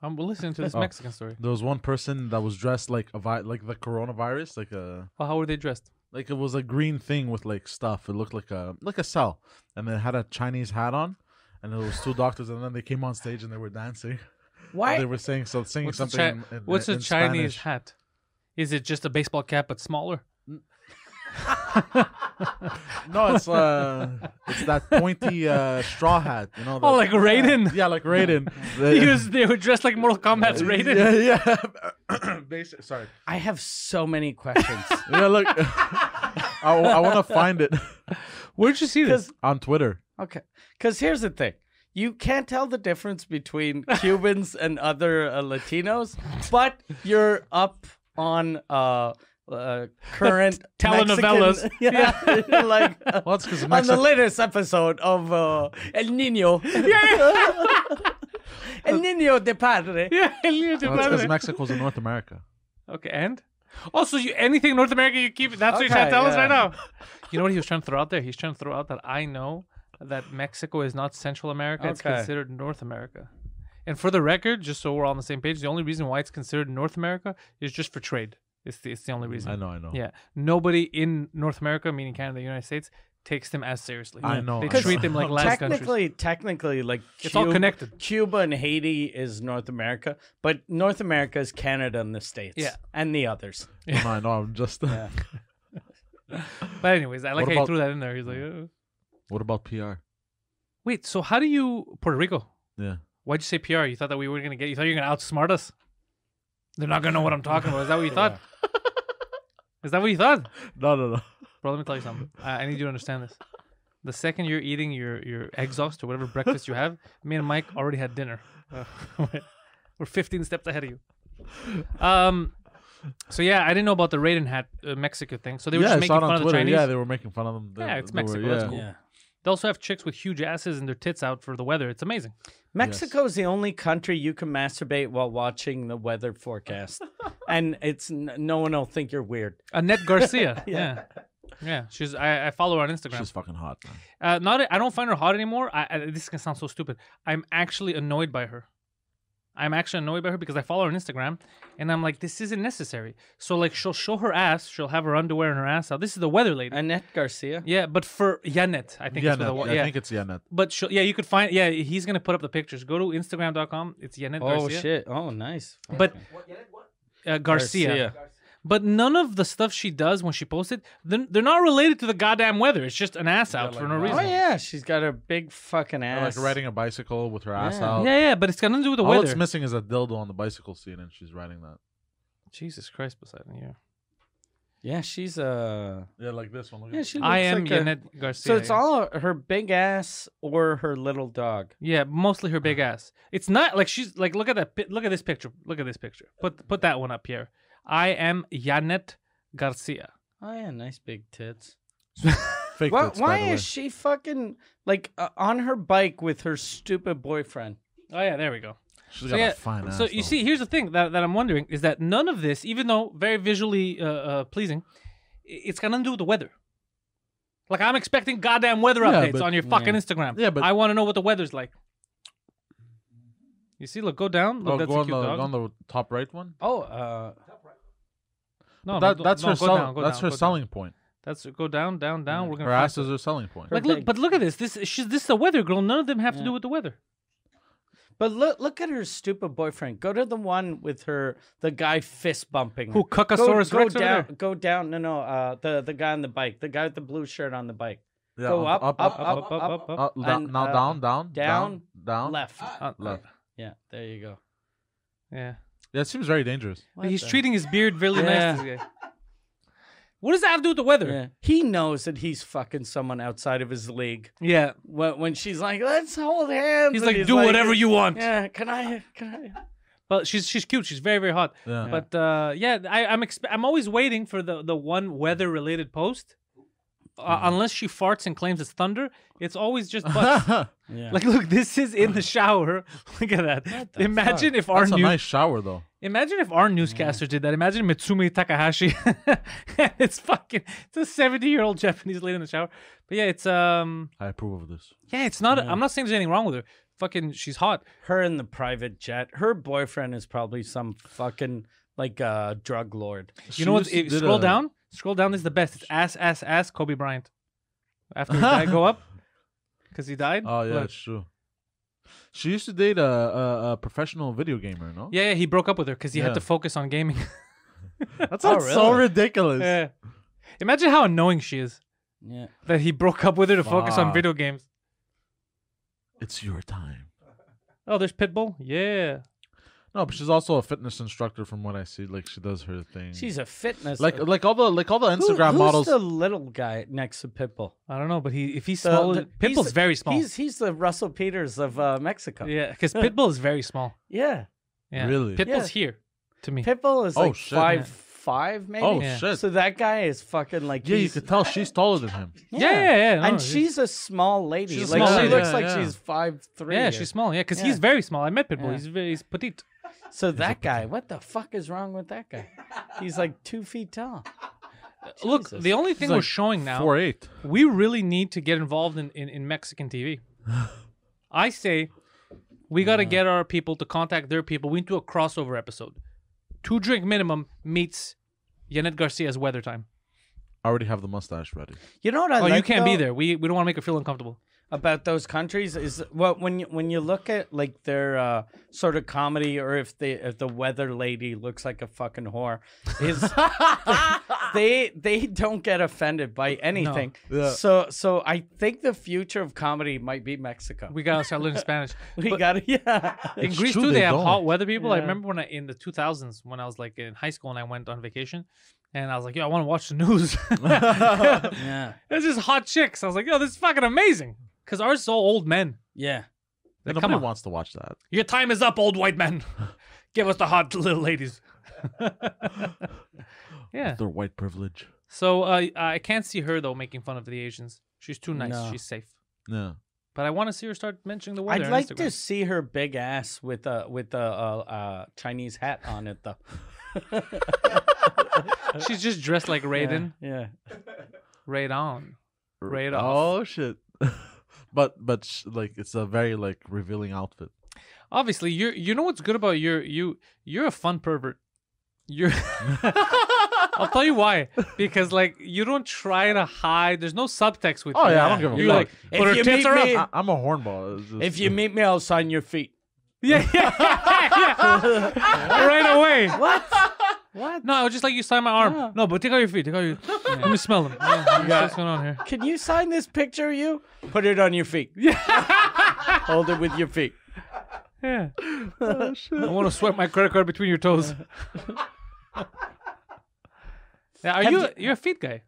Speaker 1: I'm listening to this
Speaker 3: Oh.
Speaker 1: Mexican story.
Speaker 3: There was one person that was dressed like a vi- like the coronavirus, like a
Speaker 1: Well, how were they dressed?
Speaker 3: like it was a green thing with like stuff. It looked like a like a cell, and it had a Chinese hat on, and it was two doctors, and then they came on stage and they were dancing. They
Speaker 2: Why?
Speaker 3: were saying so singing
Speaker 1: What's, a,
Speaker 3: something.
Speaker 1: Chi-
Speaker 3: in- in-
Speaker 1: what's a
Speaker 3: in
Speaker 1: Chinese
Speaker 3: Spanish.
Speaker 1: hat? Is it just a baseball cap but smaller?
Speaker 3: No, it's uh, it's that pointy uh, straw hat. You know.
Speaker 1: Oh,
Speaker 3: that-
Speaker 1: like Raiden.
Speaker 3: yeah, like Raiden.
Speaker 1: He was, they were dressed like Mortal Kombat's Raiden.
Speaker 3: Yeah, yeah. Basic. Sorry.
Speaker 2: I have so many questions.
Speaker 3: Yeah, look. I, want to find it
Speaker 1: Where'd you see this?
Speaker 2: Because
Speaker 3: on Twitter.
Speaker 2: okay, because here's the thing: you can't tell the difference between Cubans and other uh, Latinos, but you're up on uh, uh, current
Speaker 1: telenovelas.
Speaker 2: Mexican- yeah, like uh,
Speaker 3: Well, it's because
Speaker 2: on the latest episode of uh, El Nino. El Nino de Padre.
Speaker 1: Yeah, Leo
Speaker 3: Oh,
Speaker 1: DiCaprio.
Speaker 3: Mexico's in North America.
Speaker 1: Okay, and also you anything North America you keep. That's what you're
Speaker 2: Okay,
Speaker 1: trying to tell us
Speaker 2: yeah.
Speaker 1: right now. You know what he was trying to throw out there? He's trying to throw out that I know that Mexico is not Central America; it's
Speaker 2: Okay.
Speaker 1: considered North America. And for the record, just so we're all on the same page, the only reason why it's considered North America is just for trade. It's the, it's the only reason.
Speaker 3: I know, I know.
Speaker 1: Yeah, nobody in North America, meaning Canada, the United States, takes them as seriously.
Speaker 3: I know,
Speaker 1: They
Speaker 3: I know.
Speaker 1: treat them like last countries.
Speaker 2: technically, technically, like
Speaker 1: It's all
Speaker 2: Cub-
Speaker 1: connected.
Speaker 2: Cuba and Haiti is North America, but North America is Canada and the states,
Speaker 1: Yeah.
Speaker 2: and the others.
Speaker 3: I know, I know. I'm just.
Speaker 1: But anyways, I like how
Speaker 3: What
Speaker 1: he
Speaker 3: about- Mm.
Speaker 1: threw that in there. He's like, uh
Speaker 3: What about PR?
Speaker 1: wait, so how do you Puerto Rico?
Speaker 3: Yeah.
Speaker 1: Why'd you say PR? You thought that we were gonna get. You thought you were gonna outsmart us. They're not gonna know what I'm talking about. Is that what you thought? Is that what you thought,
Speaker 3: No, no, no.
Speaker 1: bro? Let me tell you something. I, I need you to understand this. The second you're eating your your exhaust or whatever breakfast you have, me and Mike already had dinner. we're 15 steps ahead of you. Um. So yeah, I didn't know about the Raiden hat uh, Mexico thing. So they were
Speaker 3: yeah,
Speaker 1: just
Speaker 3: it's
Speaker 1: making
Speaker 3: not
Speaker 1: fun
Speaker 3: on
Speaker 1: of the
Speaker 3: Twitter.
Speaker 1: Chinese.
Speaker 3: yeah, they were making fun of them. They-
Speaker 1: Yeah, it's
Speaker 3: they were-
Speaker 1: Mexico, that's
Speaker 3: yeah.
Speaker 1: cool.
Speaker 2: Yeah.
Speaker 1: They also have chicks with huge asses and their tits out for the weather. It's amazing.
Speaker 2: Mexico is the only country you can masturbate while watching the weather forecast, and it's n- no one will think you're weird.
Speaker 1: Annette Garcia. yeah. yeah. She's I, I follow her on Instagram.
Speaker 3: She's fucking hot. Man.
Speaker 1: Uh, not I don't find her hot anymore. I, I this can sound so stupid. I'm actually annoyed by her. I'm actually annoyed by her because I follow her on Instagram, and I'm like, this isn't necessary. So like, she'll show her ass. She'll have her underwear and her ass out. This is the weather lady.
Speaker 2: Annette Garcia.
Speaker 1: yeah, but for Yanet, I think. it's for the,
Speaker 3: Yanet.
Speaker 1: wa-
Speaker 3: I
Speaker 1: yeah.
Speaker 3: think it's Yanet.
Speaker 1: but she'll, yeah, you could find. Yeah, he's gonna put up the pictures. Go to Instagram.com. It's Yanet
Speaker 2: Oh
Speaker 1: Garcia.
Speaker 2: shit! Oh nice.
Speaker 1: But uh, Garcia. But none of the stuff she does when she posts it, they're, they're not related to the goddamn weather. It's just an ass out
Speaker 3: like,
Speaker 1: for no
Speaker 3: oh,
Speaker 1: reason.
Speaker 2: Oh yeah, she's got her big fucking
Speaker 3: Or,
Speaker 2: ass.
Speaker 3: Like riding a bicycle with her ass
Speaker 2: Yeah.
Speaker 3: out.
Speaker 1: Yeah, yeah, but Oh. it's got nothing to do with the
Speaker 3: All
Speaker 1: weather.
Speaker 3: that's missing is a dildo on the bicycle seat, and she's riding that.
Speaker 1: Jesus Christ, Poseidon, you.
Speaker 2: Yeah, she's a.
Speaker 3: Yeah, like this one. Look
Speaker 2: Yeah, she. Looks
Speaker 1: I am
Speaker 2: like a-
Speaker 1: Yannette Garcia.
Speaker 2: So it's
Speaker 1: yeah.
Speaker 2: all her big ass or her little dog.
Speaker 1: Yeah, mostly her big ass. It's not like she's like look at that pi- look at this picture. Look at this picture. Put put that one up here. I am Janet Garcia.
Speaker 2: Oh yeah, nice big tits.
Speaker 3: Fake
Speaker 2: Why,
Speaker 3: tits, by
Speaker 2: why
Speaker 3: the way.
Speaker 2: is she fucking like uh, on her bike with her stupid boyfriend?
Speaker 1: Oh yeah, there we go.
Speaker 3: She's
Speaker 1: So
Speaker 3: got
Speaker 1: yeah,
Speaker 3: a fine ass.
Speaker 1: so you
Speaker 3: though.
Speaker 1: see, here's the thing that, that I'm wondering is that none of this, even though very visually uh, uh, pleasing, i- it's got nothing to do with the weather. Like I'm expecting goddamn weather
Speaker 3: Yeah,
Speaker 1: updates
Speaker 3: but-
Speaker 1: on your fucking
Speaker 2: yeah.
Speaker 1: Instagram.
Speaker 3: Yeah, but-
Speaker 1: I want to know what the weather's like. You see, look, go down. Look,
Speaker 3: Oh,
Speaker 1: that's
Speaker 3: go
Speaker 1: a
Speaker 3: on
Speaker 1: cute
Speaker 3: the,
Speaker 1: dog.
Speaker 3: go on the top right one.
Speaker 2: Oh, uh,
Speaker 1: no,
Speaker 3: that,
Speaker 1: no,
Speaker 3: that's
Speaker 1: no,
Speaker 3: her.
Speaker 1: go
Speaker 3: sell-
Speaker 1: down, go
Speaker 3: that's
Speaker 1: down,
Speaker 3: her
Speaker 1: go down.
Speaker 3: selling point.
Speaker 1: That's go down, down, down. We're gonna
Speaker 3: Her
Speaker 1: find
Speaker 3: ass is her selling point.
Speaker 1: Like, look,
Speaker 2: big.
Speaker 1: but look at this. This she's this is the weather, girl. None of them have to
Speaker 2: Yeah.
Speaker 1: do with the weather.
Speaker 2: but look look at her stupid boyfriend. Go to the one with her the guy fist bumping. her.
Speaker 1: Who
Speaker 2: go,
Speaker 1: Cuckasaurus
Speaker 2: go
Speaker 1: Rex over
Speaker 2: down
Speaker 1: there?
Speaker 2: go down no no uh the the guy on the bike the guy with the blue shirt on the bike
Speaker 3: Yeah,
Speaker 2: go
Speaker 3: on-
Speaker 2: up, up,
Speaker 3: up,
Speaker 1: Up, up, up, up.
Speaker 3: Uh, da-
Speaker 2: And,
Speaker 3: now
Speaker 2: uh,
Speaker 3: down, down,
Speaker 2: down,
Speaker 3: down.
Speaker 2: left
Speaker 1: Uh,
Speaker 3: Left.
Speaker 2: yeah there you go
Speaker 1: Yeah,
Speaker 3: Yeah, it seems very dangerous.
Speaker 1: But he's
Speaker 2: the-
Speaker 1: treating his beard really nice.
Speaker 2: Yeah.
Speaker 1: This guy. What does that have to do with the weather?
Speaker 2: yeah. he knows that he's fucking someone outside of his league
Speaker 1: Yeah.
Speaker 2: when, when she's like let's hold hands
Speaker 1: He's
Speaker 2: and
Speaker 1: like, do whatever you want.
Speaker 2: yeah can I can I
Speaker 1: But she's she's cute. She's very very hot.
Speaker 3: Yeah.
Speaker 1: But uh, yeah, I, I'm expe- I'm always waiting for the the one weather related post. Uh,
Speaker 3: Mm-hmm.
Speaker 1: unless she farts and claims it's thunder, it's always just butts.
Speaker 2: yeah
Speaker 1: like, look, this is in the shower. look at that.
Speaker 2: What the
Speaker 1: Imagine if our
Speaker 3: That's a
Speaker 1: new
Speaker 3: nice shower though.
Speaker 1: Imagine if our newscaster did that. Imagine Mitsumi Takahashi. it's fucking it's a 70 year old Japanese lady in the shower. But yeah, it's um
Speaker 3: I approve of this.
Speaker 1: yeah, it's not
Speaker 2: Yeah.
Speaker 1: I'm not saying there's anything wrong with her. Fucking she's hot.
Speaker 2: her in the private jet her boyfriend is probably some fucking like uh drug lord
Speaker 1: You know what?
Speaker 3: She used
Speaker 1: If,
Speaker 3: to did
Speaker 1: scroll
Speaker 3: a-
Speaker 1: down. Scroll down this is the best. It's ass ass ass Kobe Bryant. After he died, go up. Cuz he died.
Speaker 3: Oh yeah,
Speaker 1: Look.
Speaker 3: it's true. She used to date a, a, a professional video gamer. No.
Speaker 1: Yeah, yeah, he broke up with her cuz he had
Speaker 3: Yeah.
Speaker 1: to focus on gaming.
Speaker 3: That
Speaker 2: Oh,
Speaker 3: sounds so
Speaker 2: really?
Speaker 3: ridiculous.
Speaker 1: yeah. Imagine how annoying she is
Speaker 2: yeah
Speaker 1: that he broke up with her to focus on
Speaker 3: Fuck.
Speaker 1: video games.
Speaker 3: It's your time.
Speaker 1: Oh, there's Pitbull. Yeah.
Speaker 3: No, but she's also a fitness instructor, from what I see. Like she does her thing.
Speaker 2: she's a fitness
Speaker 3: like like all the like all the Instagram
Speaker 2: Who,
Speaker 3: models.
Speaker 2: who's the little guy next to Pitbull
Speaker 1: I don't know, but he if he
Speaker 3: Uh,
Speaker 2: The-
Speaker 1: swallowed
Speaker 2: the-
Speaker 1: it- Pitbull's
Speaker 2: he's-
Speaker 1: very small.
Speaker 2: He's he's the Russell Peters of uh, Mexico.
Speaker 1: Yeah, because Pitbull is very small.
Speaker 2: Yeah.
Speaker 1: Yeah.
Speaker 3: Really?
Speaker 1: Pitbull's here to me.
Speaker 2: Pitbull is
Speaker 3: Oh,
Speaker 2: like
Speaker 3: shit.
Speaker 2: five
Speaker 1: Yeah.
Speaker 2: five maybe.
Speaker 3: oh
Speaker 1: Yeah.
Speaker 3: shit!
Speaker 2: So that guy is fucking like
Speaker 3: yeah, you
Speaker 2: he's-
Speaker 3: could tell she's taller than him.
Speaker 1: yeah, yeah, yeah. no,
Speaker 2: and
Speaker 1: he's-
Speaker 2: she's a small lady.
Speaker 3: She's
Speaker 2: like
Speaker 1: small,
Speaker 2: she
Speaker 1: yeah,
Speaker 2: looks like
Speaker 3: yeah.
Speaker 2: she's five three.
Speaker 1: yeah, she's small. Yeah, because
Speaker 2: Yeah.
Speaker 1: he's very small. I met Pitbull.
Speaker 2: Yeah.
Speaker 1: He's very he's petite.
Speaker 2: so that guy. What the fuck is wrong with that guy? He's like two feet tall.
Speaker 1: Look,
Speaker 2: Jesus.
Speaker 1: the only thing we're
Speaker 3: like
Speaker 1: showing now,
Speaker 3: Four eight.
Speaker 1: we really need to get involved in in, in Mexican TV. I say, we got to get our people to contact their people. We need to do a crossover episode. Two drink minimum meets Yanet Garcia's weather time.
Speaker 3: I already have the mustache ready.
Speaker 2: You know what I
Speaker 1: oh,
Speaker 2: like
Speaker 1: you can't be
Speaker 2: though
Speaker 1: there. We we don't want to make her feel uncomfortable.
Speaker 2: about those countries is well when you when you look at like their uh, sort of comedy or if the if the weather lady looks like a fucking whore is they they don't get offended by anything.
Speaker 3: Yeah.
Speaker 2: So so I think the future of comedy might be Mexico. We,
Speaker 1: We gotta start learning Spanish.
Speaker 2: got to yeah.
Speaker 1: in
Speaker 3: It's
Speaker 1: Greece
Speaker 3: true,
Speaker 1: too, they,
Speaker 3: they
Speaker 1: have
Speaker 3: don't.
Speaker 1: hot weather people. I
Speaker 2: Yeah.
Speaker 1: remember when I in the 2000s when I was like in high school and I went on vacation, and I was like, "Yo, I want to watch the news."
Speaker 2: yeah.
Speaker 1: There's just hot chicks. I was like, "Yo, this is fucking amazing." Because ours is all old men.
Speaker 2: Yeah.
Speaker 3: Yeah,
Speaker 1: Like, come
Speaker 3: nobody
Speaker 1: on.
Speaker 3: wants to watch that.
Speaker 1: Your time is up, old white men. Give us the hot little ladies. yeah.
Speaker 3: Their white privilege.
Speaker 1: So uh, I can't see her though making fun of the Asians. She's too nice.
Speaker 2: No.
Speaker 1: She's safe.
Speaker 3: Yeah.
Speaker 1: But I want to see her start mentioning the weather.
Speaker 2: I'd
Speaker 1: on
Speaker 2: like
Speaker 1: Instagram.
Speaker 2: to see her big ass with a with a uh, uh, Chinese hat on it though.
Speaker 1: She's just dressed like Raiden.
Speaker 2: Yeah.
Speaker 1: Raidon.
Speaker 3: R-
Speaker 1: Right
Speaker 3: Oh shit. but but sh- like it's a very like revealing outfit.
Speaker 1: obviously you are you know what's good about your you you're a fun pervert you're i'll tell you why because like you don't try to hide there's no subtext with
Speaker 3: Oh
Speaker 1: you.
Speaker 3: yeah, I don't give a
Speaker 1: you're
Speaker 3: fuck.
Speaker 1: like
Speaker 2: If
Speaker 1: but her
Speaker 2: you
Speaker 1: tits
Speaker 2: meet
Speaker 1: are
Speaker 2: me-
Speaker 1: up
Speaker 3: I- I'm a hornball. It's just-
Speaker 2: If you meet me, I'll sign your feet.
Speaker 1: yeah, yeah, yeah. right away
Speaker 2: What? What?
Speaker 1: No, I was just like you sign my arm.
Speaker 2: Yeah.
Speaker 1: No, but take out your feet. Take out your. Let me smell them. Yeah, let me see what's going on here?
Speaker 2: Can you sign this picture of you? Put it on your feet. Yeah. Hold it with your feet.
Speaker 1: Yeah.
Speaker 3: Oh,
Speaker 1: I want to swipe my credit card between your toes. now, are
Speaker 2: Have
Speaker 1: you
Speaker 2: you-
Speaker 1: you're a feet guy?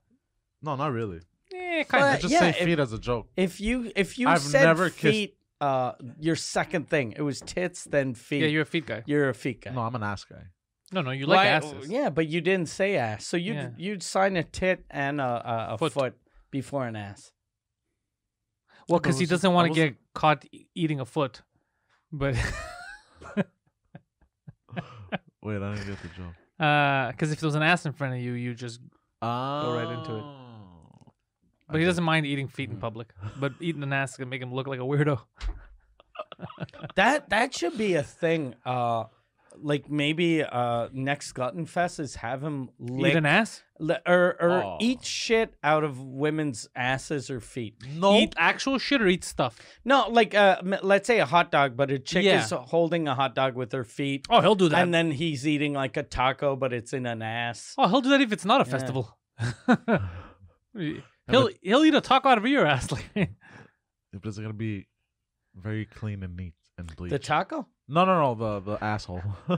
Speaker 3: No, not really.
Speaker 1: Uh, Yeah, kind
Speaker 3: I
Speaker 2: But-
Speaker 1: of.
Speaker 3: just
Speaker 2: yeah,
Speaker 3: say
Speaker 2: if-
Speaker 3: feet as a joke.
Speaker 2: If you if you
Speaker 3: I've
Speaker 2: said
Speaker 3: never kissed-
Speaker 2: feet, uh, your second thing it was tits, then feet.
Speaker 1: Yeah, you're a feet guy.
Speaker 2: you're a feet guy.
Speaker 3: No, I'm an ass guy.
Speaker 1: No, no, you like
Speaker 2: Why-
Speaker 1: asses.
Speaker 2: Yeah, but you didn't say ass, so you'd
Speaker 1: Yeah.
Speaker 2: you'd sign a tit and a a, a
Speaker 1: Foot.
Speaker 2: foot. before an ass.
Speaker 1: Well, because he
Speaker 3: was-
Speaker 1: doesn't
Speaker 3: I
Speaker 1: want to
Speaker 3: was-
Speaker 1: get caught e- eating a foot. But
Speaker 3: Wait, I didn't get the joke.
Speaker 1: because uh, if there was an ass in front of you, you just.
Speaker 3: Oh.
Speaker 1: right into it. But he
Speaker 3: I get
Speaker 1: doesn't mind eating feet
Speaker 3: Mm-hmm.
Speaker 1: in public. But eating an ass can make him look like a weirdo.
Speaker 2: That that should be a thing. Uh, like maybe uh, next Gluttonfest is have him lick
Speaker 1: Eat an ass?
Speaker 2: li- or or
Speaker 3: Aw.
Speaker 2: eat shit out of women's asses or feet.
Speaker 3: No.
Speaker 1: Eat actual shit or eat stuff?
Speaker 2: No, like uh, m- let's say a hot dog, but a chick
Speaker 1: Yeah.
Speaker 2: is holding a hot dog with her feet,
Speaker 1: Oh, he'll do that.
Speaker 2: and then he's eating like a taco, but it's in an ass.
Speaker 1: Oh, he'll do that if it's not a festival. he'll he'll eat a taco out of your ass. Like,
Speaker 3: If it's gonna be very clean and neat and bleach.
Speaker 2: The taco?
Speaker 3: no, no, no. The the asshole,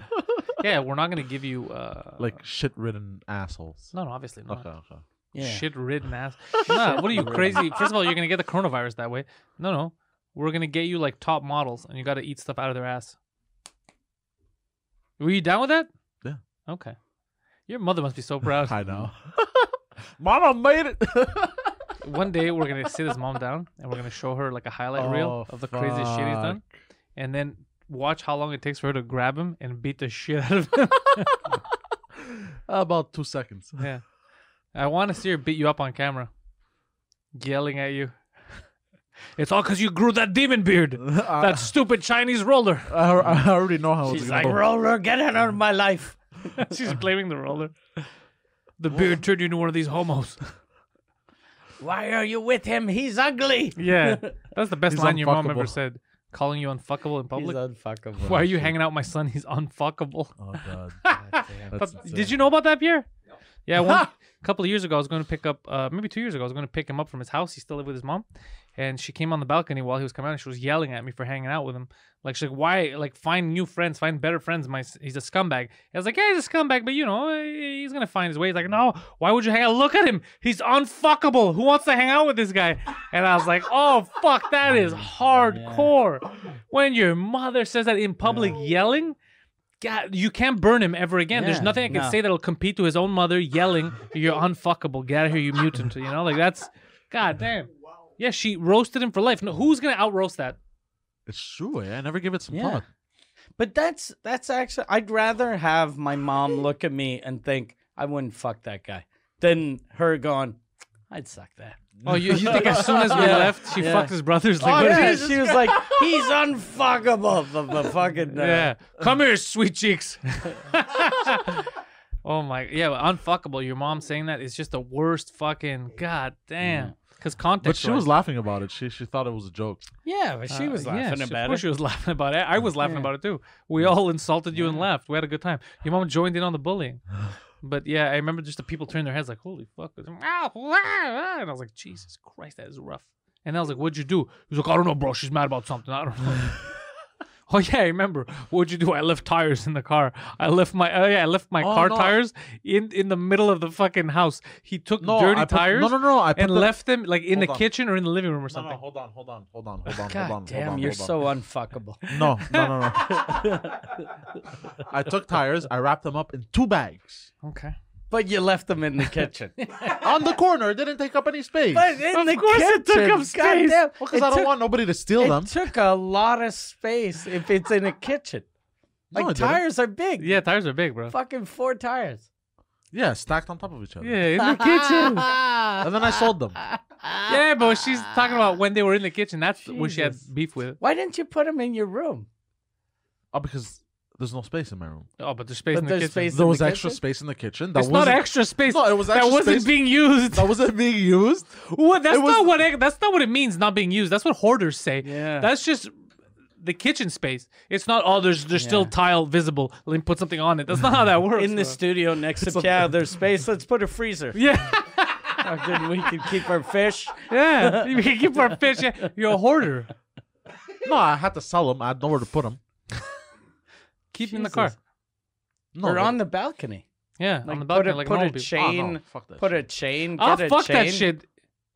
Speaker 1: yeah, we're not gonna give you uh,
Speaker 3: like shit ridden assholes.
Speaker 1: no, no, obviously not.
Speaker 3: Okay, okay.
Speaker 2: Yeah.
Speaker 1: Shit ridden ass. nah, what are you crazy? First of all, you're gonna get the coronavirus that way. No, no, we're gonna get you like top models, and you got to eat stuff out of their ass. Were you down with that?
Speaker 3: Yeah.
Speaker 1: Okay. Your mother must be so proud.
Speaker 3: I know. Mama made it.
Speaker 1: One day we're gonna sit his mom down, and we're gonna show her like a highlight reel
Speaker 3: Oh,
Speaker 1: of the craziest shit he's done.
Speaker 3: fuck.
Speaker 1: and then watch how long it takes for her to grab him and beat the shit out of him.
Speaker 3: About two seconds.
Speaker 1: yeah. I want to see her beat you up on camera, yelling at you. It's all because you grew that demon beard,
Speaker 3: I,
Speaker 1: that stupid Chinese roller.
Speaker 3: I, I already know how it's
Speaker 2: She's
Speaker 3: gonna
Speaker 2: like,
Speaker 3: go.
Speaker 2: Roller, get out of my life.
Speaker 1: She's blaming the roller. The beard turned you into one of these homos.
Speaker 2: Why are you with him? He's ugly.
Speaker 1: Yeah, that's the best
Speaker 3: He's
Speaker 1: line your mom ever
Speaker 3: unfuckable.
Speaker 1: said. Calling you unfuckable in public.
Speaker 2: He's unfuckable.
Speaker 1: Why are you hanging out with my son? He's unfuckable.
Speaker 3: Oh god.
Speaker 1: But
Speaker 3: That's
Speaker 1: did
Speaker 3: insane.
Speaker 1: you know about that, Pierre? Yeah, one, a couple of years ago, I was going to pick up, uh, maybe two years ago, I was going to pick him up from his house. He still lived with his mom, and she came on the balcony while he was coming out, and she was yelling at me for hanging out with him. Like she's like, "Why? Like find new friends, find better friends." My s- he's a scumbag. I was like, "Yeah, he's a scumbag, but you know, eh, he's gonna find his way." He's like, "No, why would you hang out? Look at him. He's unfuckable. Who wants to hang out with this guy?" And I was like, "Oh fuck, that is hardcore." When your mother says that in public, yelling. God, you can't burn him ever again. There's
Speaker 2: Yeah,
Speaker 1: nothing I can
Speaker 2: no.
Speaker 1: say that'll compete to his own mother yelling, "You're unfuckable. Get out of here, you mutant." You know, like that's, god damn. Yeah, she roasted him for life. No, who's gonna out roast that?
Speaker 3: It's true. eh? I never give it some
Speaker 2: Yeah.
Speaker 3: thought.
Speaker 2: But that's that's actually. I'd rather have my mom look at me and think I wouldn't fuck that guy than her going, I'd suck that.
Speaker 1: Oh, you, you think as soon as we
Speaker 2: Yeah.
Speaker 1: left, she
Speaker 2: Yeah.
Speaker 1: fucked his brothers?
Speaker 2: Oh,
Speaker 1: Like, what
Speaker 2: yeah.
Speaker 1: is this?
Speaker 2: She was like, he's unfuckable. The, the fucking uh,
Speaker 1: yeah. Come here, sweet cheeks. oh my, yeah, but unfuckable. Your mom saying that is just the worst fucking god damn. Because
Speaker 3: But
Speaker 1: context.
Speaker 3: she was laughing about it. She she thought it was a joke.
Speaker 2: Yeah, but she was laughing
Speaker 1: of
Speaker 2: about
Speaker 1: course
Speaker 2: it.
Speaker 1: Uh, She was laughing about it. I was laughing about it too. We all insulted you and laughed. We had a good time. Your mom joined in on the bullying. But yeah, I remember just the people turning their heads like, "Holy fuck!" And I was like, "Jesus Christ, that is rough." And I was like, "What'd you do?" He was like, "I don't know, bro. She's mad about something. I don't know." oh yeah, I remember. What'd you do? I left tires in the car. I left my oh yeah, I left my
Speaker 3: Oh,
Speaker 1: car
Speaker 3: no.
Speaker 1: tires in in the middle of the fucking house. He took
Speaker 3: No,
Speaker 1: dirty
Speaker 3: I put-
Speaker 1: tires
Speaker 3: No, no, no. I put
Speaker 1: and
Speaker 3: the-
Speaker 1: left them like in
Speaker 3: Hold
Speaker 1: the
Speaker 3: on.
Speaker 1: kitchen or in the living room or
Speaker 3: No, no,
Speaker 1: something.
Speaker 3: hold on, hold on, hold on, hold on, hold on.
Speaker 2: God damn,
Speaker 3: hold on,
Speaker 2: you're
Speaker 3: hold on.
Speaker 2: so unfuckable.
Speaker 3: No, no, no, no. I took tires. I wrapped them up in two bags
Speaker 1: Okay.
Speaker 2: But you left them in the kitchen.
Speaker 3: on the corner. It didn't take up any space.
Speaker 2: but in
Speaker 1: Of
Speaker 2: the
Speaker 1: course
Speaker 2: kitchen,
Speaker 1: it took up space.
Speaker 2: goddamn,
Speaker 3: because
Speaker 2: it
Speaker 3: I don't
Speaker 2: took-
Speaker 3: want nobody to steal
Speaker 2: It
Speaker 3: them.
Speaker 2: took a lot of space if it's in a kitchen.
Speaker 3: No,
Speaker 2: Like
Speaker 3: it didn't.
Speaker 2: tires are big.
Speaker 1: Yeah, tires are big, bro.
Speaker 2: Fucking four tires.
Speaker 3: Yeah, stacked on top of each other.
Speaker 1: Yeah, in the kitchen.
Speaker 3: And then I sold them.
Speaker 1: Yeah, but she's talking about when they were in the kitchen. That's when she had
Speaker 2: Jesus.
Speaker 1: beef with.
Speaker 2: Why didn't you put them in your room?
Speaker 3: Oh, because there's no space in my room.
Speaker 1: Oh, but there's space in
Speaker 2: But
Speaker 1: the
Speaker 2: there's
Speaker 1: kitchen.
Speaker 2: space-
Speaker 3: There
Speaker 2: in
Speaker 3: was
Speaker 2: the
Speaker 3: extra
Speaker 2: kitchen?
Speaker 3: space in the kitchen. That
Speaker 1: It's not
Speaker 3: wasn't-
Speaker 1: extra space.
Speaker 3: No, it was extra
Speaker 1: that wasn't
Speaker 3: space.
Speaker 1: being used.
Speaker 3: That wasn't being used.
Speaker 1: What? That's
Speaker 3: it was-
Speaker 1: not what. That's not what it means. Not being used. That's what hoarders say.
Speaker 2: Yeah.
Speaker 1: That's just the kitchen space. It's not oh there's there's still
Speaker 2: Yeah.
Speaker 1: tile visible. Let me put something on it. That's not how that works.
Speaker 2: in the
Speaker 1: bro.
Speaker 2: studio next to yeah, there's space. Let's put a freezer.
Speaker 1: yeah.
Speaker 2: Fucking, we can keep our fish.
Speaker 1: Yeah, you can keep our fish. yeah. You're a hoarder.
Speaker 3: No, I had to sell them. I had nowhere to put them.
Speaker 1: Keep them in the car.
Speaker 2: Jesus.
Speaker 3: No,
Speaker 2: or
Speaker 3: like-
Speaker 2: on the balcony.
Speaker 1: Yeah,
Speaker 2: Like,
Speaker 1: on the
Speaker 2: put
Speaker 1: balcony,
Speaker 2: a,
Speaker 1: like
Speaker 2: put
Speaker 1: normal
Speaker 2: a
Speaker 1: people.
Speaker 2: chain.
Speaker 3: Oh, no, fuck that
Speaker 2: Put
Speaker 3: shit.
Speaker 2: a chain.
Speaker 1: Oh,
Speaker 2: Get a
Speaker 1: fuck
Speaker 2: chain.
Speaker 1: that shit.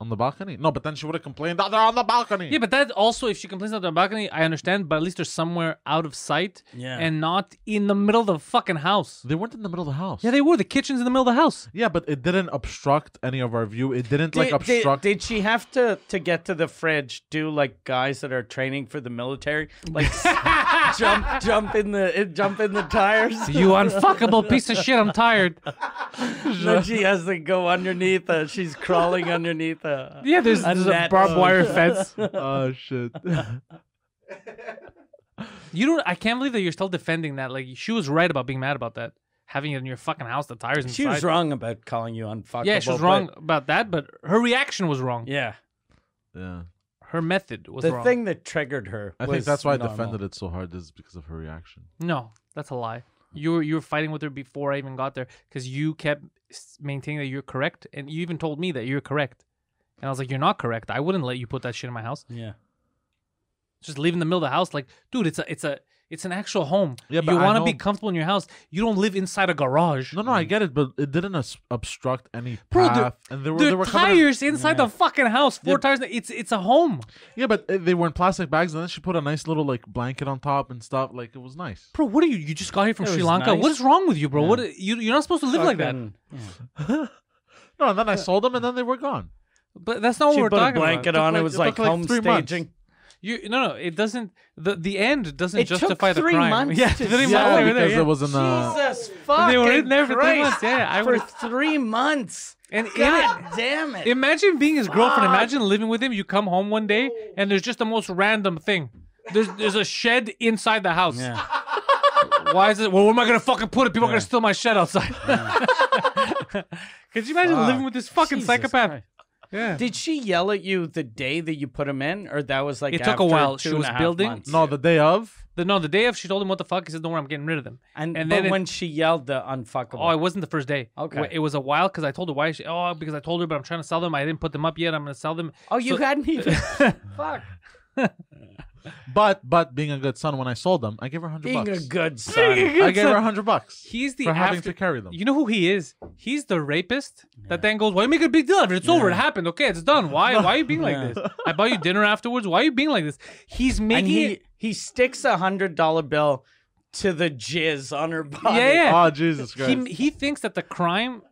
Speaker 3: on the balcony. No, but then she would have complained that they're on the balcony.
Speaker 1: Yeah, but that also, if she complains about the balcony, I understand. But at least they're somewhere out of sight
Speaker 2: Yeah.
Speaker 1: and not in the middle of the fucking house.
Speaker 3: they weren't in the middle of the house.
Speaker 1: Yeah, they were. The kitchen's in the middle of the house.
Speaker 3: Yeah, but it didn't obstruct any of our view. It didn't like
Speaker 2: Did- did,
Speaker 3: obstruct.
Speaker 2: did she have to to get to the fridge? Do like guys that are training for the military, like s- jump jump in the eh, jump in the tires?
Speaker 1: You unfuckable piece of shit. I'm tired.
Speaker 2: no, she has to go underneath. A, she's crawling underneath. A,
Speaker 1: Yeah, there's,
Speaker 2: A
Speaker 1: there's a
Speaker 2: net.
Speaker 1: barbed wire fence.
Speaker 3: oh shit!
Speaker 1: You don't. I can't believe that you're still defending that. Like she was right about being mad about that. Having it in your fucking house, the tires inside.
Speaker 2: she was wrong about calling you unfuckable.
Speaker 1: Yeah, she was
Speaker 2: but-
Speaker 1: wrong about that, but her reaction was wrong.
Speaker 2: Yeah,
Speaker 3: yeah,
Speaker 1: Her method was
Speaker 2: the
Speaker 1: wrong.
Speaker 2: thing that triggered her.
Speaker 3: I think
Speaker 2: was
Speaker 3: that's why I
Speaker 2: normal.
Speaker 3: defended it so hard is because of her reaction.
Speaker 1: No, that's a lie. You were you were fighting with her before I even got there because you kept s- maintaining that you're correct, and you even told me that you're correct, and I was like, "You're not correct. I wouldn't let you put that shit in my house.
Speaker 2: Yeah,
Speaker 1: Just leave in the middle of the house, like, dude, it's a it's a it's an actual home.
Speaker 3: Yeah, but
Speaker 1: you
Speaker 3: I
Speaker 1: want to be
Speaker 3: know-
Speaker 1: comfortable in your house. You don't live inside a garage.
Speaker 3: No, no, I get it, but it didn't obs- obstruct any path.
Speaker 1: Mm. Bro, they're-
Speaker 3: and they were,
Speaker 1: There
Speaker 3: they
Speaker 1: are
Speaker 3: were coming in-
Speaker 1: tires inside the fucking house. Four tires. It's it's a home,
Speaker 3: yeah, but uh, they were in plastic bags, and then she put a nice little like blanket on top and stuff. Like it was nice.
Speaker 1: bro. What are you? You just got here from
Speaker 2: It
Speaker 1: Sri
Speaker 2: was
Speaker 1: Lanka.
Speaker 2: nice.
Speaker 1: What is wrong with you, bro? What you you're not supposed to live like that.
Speaker 2: Fucking-
Speaker 3: No, and then I sold them, and then they were gone.
Speaker 1: But that's not
Speaker 2: She
Speaker 1: what we're
Speaker 2: put a
Speaker 1: talking
Speaker 2: blanket
Speaker 1: about.
Speaker 2: on.
Speaker 3: like-
Speaker 2: it was
Speaker 3: it
Speaker 2: like,
Speaker 3: took like
Speaker 2: home
Speaker 3: three months.
Speaker 2: staging.
Speaker 1: You no no. It doesn't. The the end doesn't
Speaker 2: It took
Speaker 1: justify the
Speaker 2: three
Speaker 1: crime.
Speaker 2: months
Speaker 1: yeah,
Speaker 2: to
Speaker 1: three
Speaker 2: sell
Speaker 1: months.
Speaker 2: it.
Speaker 1: over there,
Speaker 3: because
Speaker 1: yeah.
Speaker 3: there wasn't. Uh,
Speaker 2: Jesus fucking
Speaker 1: They were in there for three
Speaker 2: Christ.
Speaker 1: months, yeah, I
Speaker 2: for
Speaker 1: would've-
Speaker 2: three months.
Speaker 1: And in
Speaker 2: God damn it!
Speaker 1: Imagine being his girlfriend.
Speaker 2: Fuck.
Speaker 1: Imagine living with him. You come home one day and there's just the most random thing. There's there's a shed inside the house.
Speaker 2: Yeah.
Speaker 1: Why is it? Well, where am I gonna fucking put it? People are
Speaker 2: Yeah.
Speaker 1: gonna steal my shed outside. Could you imagine
Speaker 2: Fuck.
Speaker 1: living with this fucking
Speaker 2: Jesus
Speaker 1: psychopath?
Speaker 2: Christ.
Speaker 1: Yeah.
Speaker 2: Did she yell at you the day that you put him in, or that was like
Speaker 1: It took a
Speaker 2: after
Speaker 1: while.
Speaker 2: two
Speaker 1: She was
Speaker 2: and a half
Speaker 1: building.
Speaker 2: months?
Speaker 3: no, the day of.
Speaker 1: The, no, the day of she told him what the fuck, he said, "Don't worry, I'm getting rid of them."
Speaker 2: and,
Speaker 1: and
Speaker 2: but
Speaker 1: then it-
Speaker 2: when she yelled the
Speaker 1: Oh, it
Speaker 2: unfuckable,
Speaker 1: wasn't the first day.
Speaker 2: Okay.
Speaker 1: Wa- It was a while because I told her why. She, oh, because I told her, but I'm trying to sell them. I didn't put them up yet. I'm gonna sell them.
Speaker 2: oh, you
Speaker 1: so-
Speaker 2: hadn't even fuck
Speaker 3: But but being a good son, when I sold them, I gave her hundred
Speaker 2: being a
Speaker 3: bucks.
Speaker 2: good son.
Speaker 3: I gave her hundred bucks
Speaker 1: He's the
Speaker 3: for having
Speaker 1: after-
Speaker 3: to carry them.
Speaker 1: You know who he is? He's the rapist that then goes, "Why you make a big deal of it? It's over. It happened. Okay, it's done. Why? Why are you being like this? I bought you dinner afterwards. Why are you being like this?" He's
Speaker 2: and
Speaker 1: making
Speaker 2: he
Speaker 1: it.
Speaker 2: he sticks a hundred dollar bill to the jizz on her body.
Speaker 1: Yeah, yeah.
Speaker 3: Oh Jesus Christ!
Speaker 1: He he thinks that the crime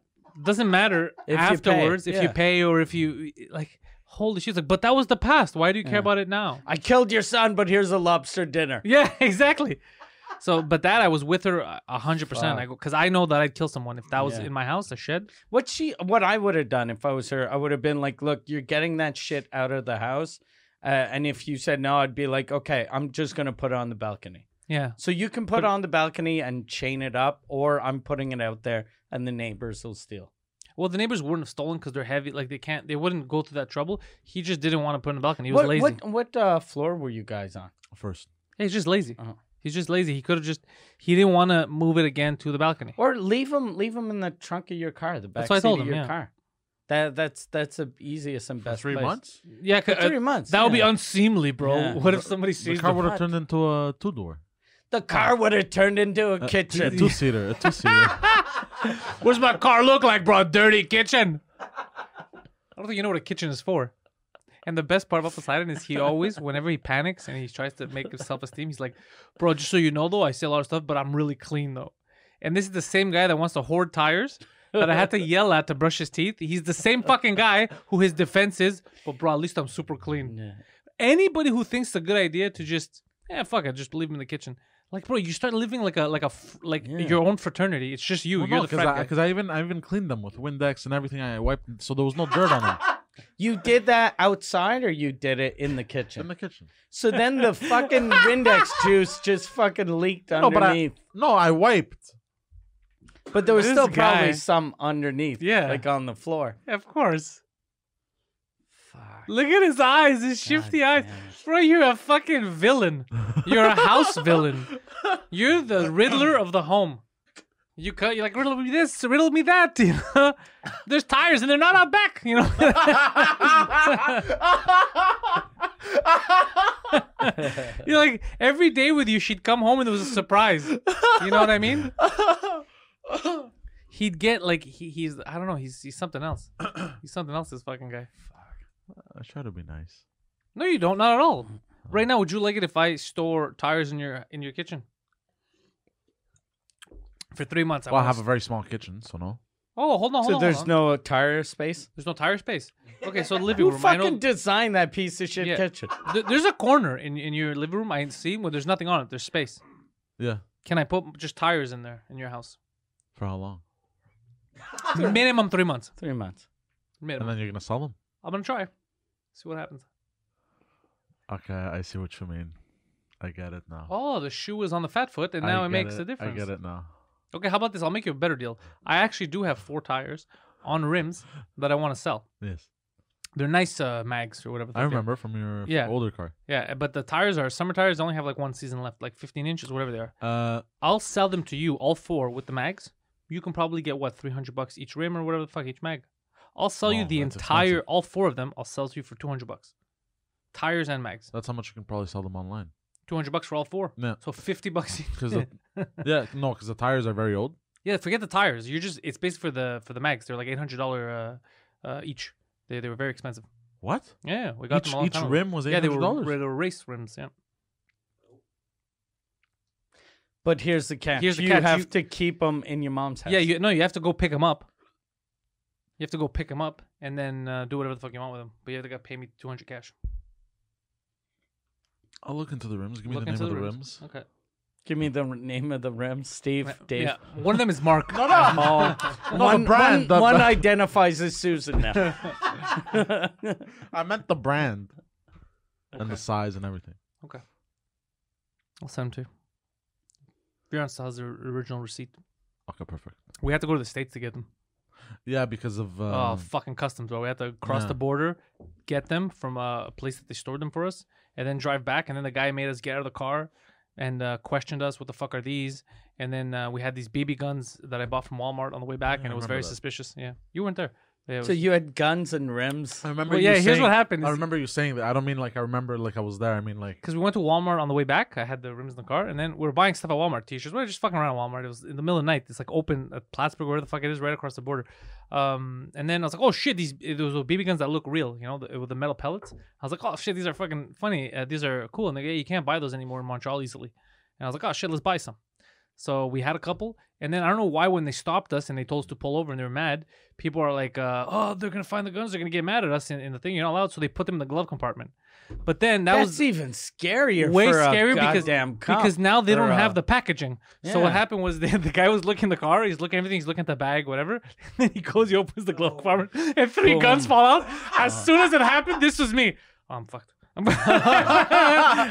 Speaker 1: doesn't matter
Speaker 2: If you pay,
Speaker 1: afterwards if you
Speaker 2: yeah.
Speaker 1: pay or if you like. Holy shit! Like, but that was the past. Why do you care about it now?
Speaker 2: I killed your son, but here's a lobster dinner.
Speaker 1: Yeah, exactly. So, but that I was with her uh, a- a hundred percent. I go because I know that I'd kill someone if that was
Speaker 2: Yeah.
Speaker 1: in my house, a shed.
Speaker 2: What she, what I would have done if I was her, I would have been like, "Look, you're getting that shit out of the house," uh, and if you said no, I'd be like, "Okay, I'm just gonna put it on the balcony."
Speaker 1: Yeah,
Speaker 2: So you can put it on the balcony and chain it up, or I'm putting it out there, and the neighbors will steal.
Speaker 1: Well, the neighbors wouldn't have stolen because they're heavy. Like they can't, they wouldn't go through that trouble. He just didn't want to put it in the balcony. He was
Speaker 2: what,
Speaker 1: lazy.
Speaker 2: What what uh, floor were you guys on?
Speaker 3: First,
Speaker 1: He's just lazy.
Speaker 2: Uh-huh.
Speaker 1: He's just lazy. He could have just, he didn't want to move it again to the balcony.
Speaker 2: Or leave them leave them in the trunk of your car, the back
Speaker 1: what I
Speaker 2: seat
Speaker 1: told
Speaker 2: of
Speaker 1: him,
Speaker 2: your
Speaker 1: yeah.
Speaker 2: car. That that's that's the easiest and
Speaker 3: for
Speaker 2: best.
Speaker 3: three
Speaker 2: place.
Speaker 3: months,
Speaker 1: Yeah, 'cause,
Speaker 2: For three
Speaker 1: uh,
Speaker 2: months.
Speaker 1: that would be
Speaker 2: yeah.
Speaker 1: unseemly, bro.
Speaker 2: Yeah.
Speaker 1: What if somebody
Speaker 3: the
Speaker 1: sees
Speaker 3: car
Speaker 1: the-
Speaker 3: would have
Speaker 2: fuck?
Speaker 3: turned into a two door,
Speaker 2: the
Speaker 1: Oh.
Speaker 2: car would have turned into
Speaker 1: Uh,
Speaker 2: a
Speaker 3: a
Speaker 2: kitchen.
Speaker 3: two seater, a two seater.
Speaker 1: What's my car look like, bro? Dirty kitchen. I don't think you know what a kitchen is for. And the best part about Poseidon is he always, whenever he panics and he tries to make his self esteem, he's like, bro, just so you know though, I say a lot of stuff, but I'm really clean though. And this is the same guy that wants to hoard tires that I had to yell at to brush his teeth. He's the same fucking guy who his defense is, but bro, at least I'm super clean.
Speaker 2: Yeah.
Speaker 1: Anybody who thinks it's a good idea to just, yeah, fuck it, just leave him in the kitchen. Like, bro, you start living like a like a f- like
Speaker 2: Yeah.
Speaker 1: your own fraternity. It's just you.
Speaker 3: Well,
Speaker 1: You're
Speaker 3: no,
Speaker 1: the
Speaker 3: because
Speaker 1: frat guy.
Speaker 3: I, 'cause I even I even cleaned them with Windex and everything. I wiped, so there was no dirt on them
Speaker 2: You did that outside, or you did it in the
Speaker 3: in
Speaker 2: kitchen.
Speaker 3: the kitchen.
Speaker 2: So then the fucking Windex juice just fucking leaked
Speaker 3: No, but
Speaker 2: underneath.
Speaker 3: I no, I wiped.
Speaker 2: But, there was
Speaker 1: This
Speaker 2: still
Speaker 1: guy-
Speaker 2: probably some underneath,
Speaker 1: Yeah.
Speaker 2: like on the floor.
Speaker 1: Of course.
Speaker 2: Fuck.
Speaker 1: Look at his eyes, his shifty eyes. Bro, you're a fucking villain. You're a house villain. You're the Riddler of the home. You cut. You're like riddle me this, riddle me that. You know, there's tires and they're not out back. You know. you're like every day with you, she'd come home and it was a surprise. You know what I mean? He'd get like he, he's I don't know he's he's something else. He's something else. This fucking guy.
Speaker 3: I try to be nice.
Speaker 1: No, you don't. Not at all. Right now, would you like it if I store tires in your in your kitchen for three months? I
Speaker 3: Well, I
Speaker 1: wanna
Speaker 3: have a
Speaker 1: s-
Speaker 3: very small kitchen, so no.
Speaker 1: Oh, hold on, hold
Speaker 2: So
Speaker 1: on.
Speaker 2: there's
Speaker 1: hold on.
Speaker 2: no tire space.
Speaker 1: there's no tire space. Okay, so living
Speaker 2: Who
Speaker 1: room. I know
Speaker 2: fucking designed that piece of shit
Speaker 1: Yeah.
Speaker 2: kitchen?
Speaker 1: th- there's a corner in in your living room. I see where there's nothing on it. There's space.
Speaker 3: Yeah.
Speaker 1: Can I put just tires in there in your house?
Speaker 3: For how long?
Speaker 1: Minimum three months.
Speaker 2: Three months.
Speaker 3: And
Speaker 1: Minimum.
Speaker 3: then you're gonna sell them.
Speaker 1: I'm gonna try. See what happens.
Speaker 3: Okay, I see what you mean. I get it now.
Speaker 1: Oh, the shoe was on the fat foot, and
Speaker 3: I
Speaker 1: now it
Speaker 3: get
Speaker 1: makes a difference.
Speaker 3: I get it now.
Speaker 1: Okay, how about this? I'll make you a better deal. I actually do have four tires on rims that I want to sell.
Speaker 3: Yes,
Speaker 1: They're nice uh, mags or whatever.
Speaker 3: I
Speaker 1: they're-
Speaker 3: remember from your
Speaker 1: Yeah.
Speaker 3: older car.
Speaker 1: Yeah, uh, but the tires are summer tires. They only have like one season left, like 15 inches, whatever they are.
Speaker 3: Uh,
Speaker 1: I'll sell them to you, all four with the mags. You can probably get what 300 bucks each rim or whatever the fuck each mag. I'll sell you
Speaker 3: Oh,
Speaker 1: the
Speaker 3: that's
Speaker 1: entire,
Speaker 3: expensive.
Speaker 1: all four of them. I'll sell to you for 200 bucks, tires and mags.
Speaker 3: that's how much you can probably sell them online.
Speaker 1: 200 bucks for all four.
Speaker 3: Yeah,
Speaker 1: So 50 bucks. each.
Speaker 3: because yeah, no, because the tires are very old.
Speaker 1: Yeah, forget the tires. You're just it's basically for the for the mags. They're like 800 dollar uh, uh, each. They they were very expensive.
Speaker 3: What?
Speaker 1: Yeah, we got
Speaker 3: each
Speaker 1: them all
Speaker 3: each rim was
Speaker 1: Yeah,
Speaker 3: eight
Speaker 1: they
Speaker 3: hundred
Speaker 1: were,
Speaker 3: dollars.
Speaker 1: they were race rims. Yeah.
Speaker 2: But here's the catch.
Speaker 1: Here's the
Speaker 2: you
Speaker 1: catch,
Speaker 2: have
Speaker 1: you-
Speaker 2: to keep them in your mom's house.
Speaker 1: Yeah, you no, you have to go pick them up. You have to go pick them up and then uh, do whatever the fuck you want with them. But you have to go pay me two hundred cash.
Speaker 3: I'll look into the rims. Give me
Speaker 1: Look
Speaker 3: the name
Speaker 1: into
Speaker 3: of the
Speaker 1: the
Speaker 3: rims.
Speaker 1: Okay.
Speaker 2: Give me the r- name of the rim. Steve, Dave.
Speaker 1: Yeah, one of them is Mark. no,
Speaker 2: Oh, one, one-
Speaker 3: brand, the-
Speaker 2: one
Speaker 3: the-
Speaker 2: identifies as Susan now.
Speaker 3: I meant the brand and the size and everything.
Speaker 1: I'll send them to. you. Bjorn still has the or- original receipt.
Speaker 3: Okay, perfect.
Speaker 1: We had to go to the states to get them.
Speaker 3: Yeah, because of um,
Speaker 1: oh, fucking customs, bro! We had to cross
Speaker 3: yeah.
Speaker 1: the border, get them from uh, a place that they stored them for us, and then drive back. And then the guy made us get out of the car and uh, questioned us, "What the fuck are these?" And then uh, we had these BB guns that I bought from Walmart on the way back,
Speaker 3: Yeah,
Speaker 1: and
Speaker 3: I
Speaker 1: it was very
Speaker 3: remember that.
Speaker 1: suspicious. Yeah, you weren't there. Yeah, it
Speaker 2: so
Speaker 1: was-
Speaker 2: you had guns and rims.
Speaker 3: I remember.
Speaker 1: Well,
Speaker 3: you
Speaker 1: yeah, here's
Speaker 3: saying-
Speaker 1: what happened.
Speaker 3: I remember you saying that. I don't mean like I remember like I was there. I mean like
Speaker 1: because we went to Walmart on the way back. I had the rims in the car, and then we were buying stuff at Walmart, t-shirts. We were just fucking around at Walmart. It was in the middle of the night. It's like open at Plattsburgh, where the fuck it is, right across the border. Um, and then I was like, oh shit, these those are BB guns that look real, you know, the, with the metal pellets. I was like, oh shit, these are fucking funny. Uh, these are cool. And they, yeah, you can't buy those anymore in Montreal easily. And I was like, oh shit, let's buy some. So we had a couple, and then I don't know why when they stopped us and they told us to pull over and they were mad, people are like, uh, "Oh, they're gonna find the guns, they're gonna get mad at us," and, and the thing you're not allowed, so they put them in the glove compartment. But then that
Speaker 2: That's
Speaker 1: was
Speaker 2: even scarier.
Speaker 1: way
Speaker 2: for
Speaker 1: scarier
Speaker 2: a
Speaker 1: because
Speaker 2: goddamn cop.
Speaker 1: because now they
Speaker 2: or,
Speaker 1: don't have
Speaker 2: uh,
Speaker 1: the packaging. So what
Speaker 2: yeah.
Speaker 1: happened was the, the guy was looking in the car, he's looking at everything, he's looking at the bag, whatever. And then he goes, he opens the
Speaker 2: Oh.
Speaker 1: glove compartment, and three guns fall out. As soon as it happened, this was me. Oh, I'm fucked.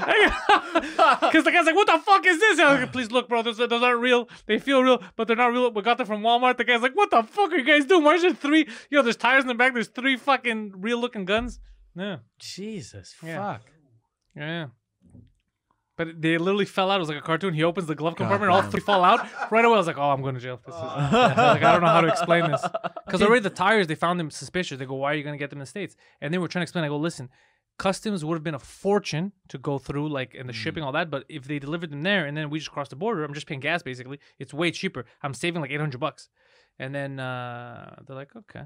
Speaker 1: Because the guy's like, "What the fuck is this?" And I'm like, Please look, bro. Those, those aren't real. They feel real, but they're not real. We got them from Walmart. The guy's like, "What the fuck are you guys doing? Why is there three? Yo, there's tires in the back. There's three fucking real-looking guns." Yeah.
Speaker 2: Jesus,
Speaker 1: Yeah.
Speaker 2: fuck.
Speaker 1: Yeah. But it- they literally fell out. It was like a cartoon. He opens the glove
Speaker 3: God
Speaker 1: compartment, all
Speaker 3: damn.
Speaker 1: three fall out. Right away, I was like, "Oh, I'm going to jail." This is like I don't know how to explain this because already the tires they found them suspicious. They go, "Why are you going to get them in the states?" And they were trying to explain. I go, "Listen, customs would have been a fortune to go through, like
Speaker 3: Hmm.
Speaker 1: and the shipping, all that. But if they delivered them there and then we just crossed the border, I'm just paying gas basically. It's way cheaper. I'm saving like 800 bucks." And then uh, they're like, "Okay."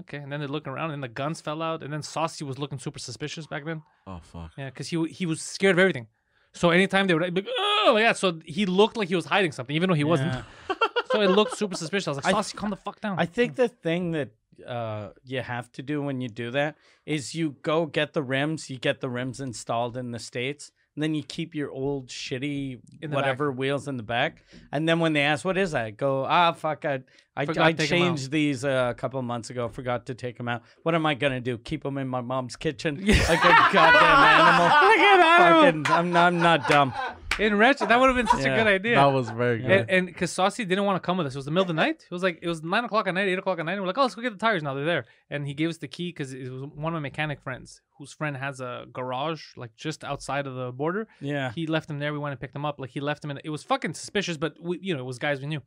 Speaker 1: Okay, and then they're looking around, and the guns fell out, and then Saucy was looking super suspicious back then.
Speaker 3: oh fuck.
Speaker 1: Yeah, because he w- he was scared of everything. So anytime they were like, oh yeah, so he looked like he was hiding something, even though he wasn't.
Speaker 2: Yeah.
Speaker 1: So it looked super suspicious. I was like,
Speaker 2: I-
Speaker 1: Saucy, calm the fuck down.
Speaker 2: I think the thing that uh, you have to do when you do that is you go get the rims, you get the rims installed in the States, and then you keep your old shitty
Speaker 1: In the
Speaker 2: whatever wheels in the back. And then when they ask, what is that? I Go, ah, fuck, I, I,
Speaker 1: Forgot
Speaker 2: I
Speaker 1: to take 'em out."
Speaker 2: changed these uh, a couple of months ago, forgot to take them out. What am I going to do? Keep them in my mom's kitchen like a goddamn animal?
Speaker 1: Look at that.
Speaker 2: Fucking, I'm, not, I'm not dumb.
Speaker 1: in Ratchet. That would have been such a
Speaker 2: Yeah.
Speaker 1: good idea.
Speaker 3: That was very good.
Speaker 1: And- And because Saucy didn't want to come with us, it was the middle of the night. It was like it was nine o'clock at night, eight o'clock at night. And we're like, oh, let's go get the tires now. They're there. And he gave us the key because it was one of my mechanic friends whose friend has a garage like just outside of the border.
Speaker 2: Yeah.
Speaker 1: He left them there. We went and picked them up. Like he left them, and it was fucking suspicious. But we, you know, it was guys we knew.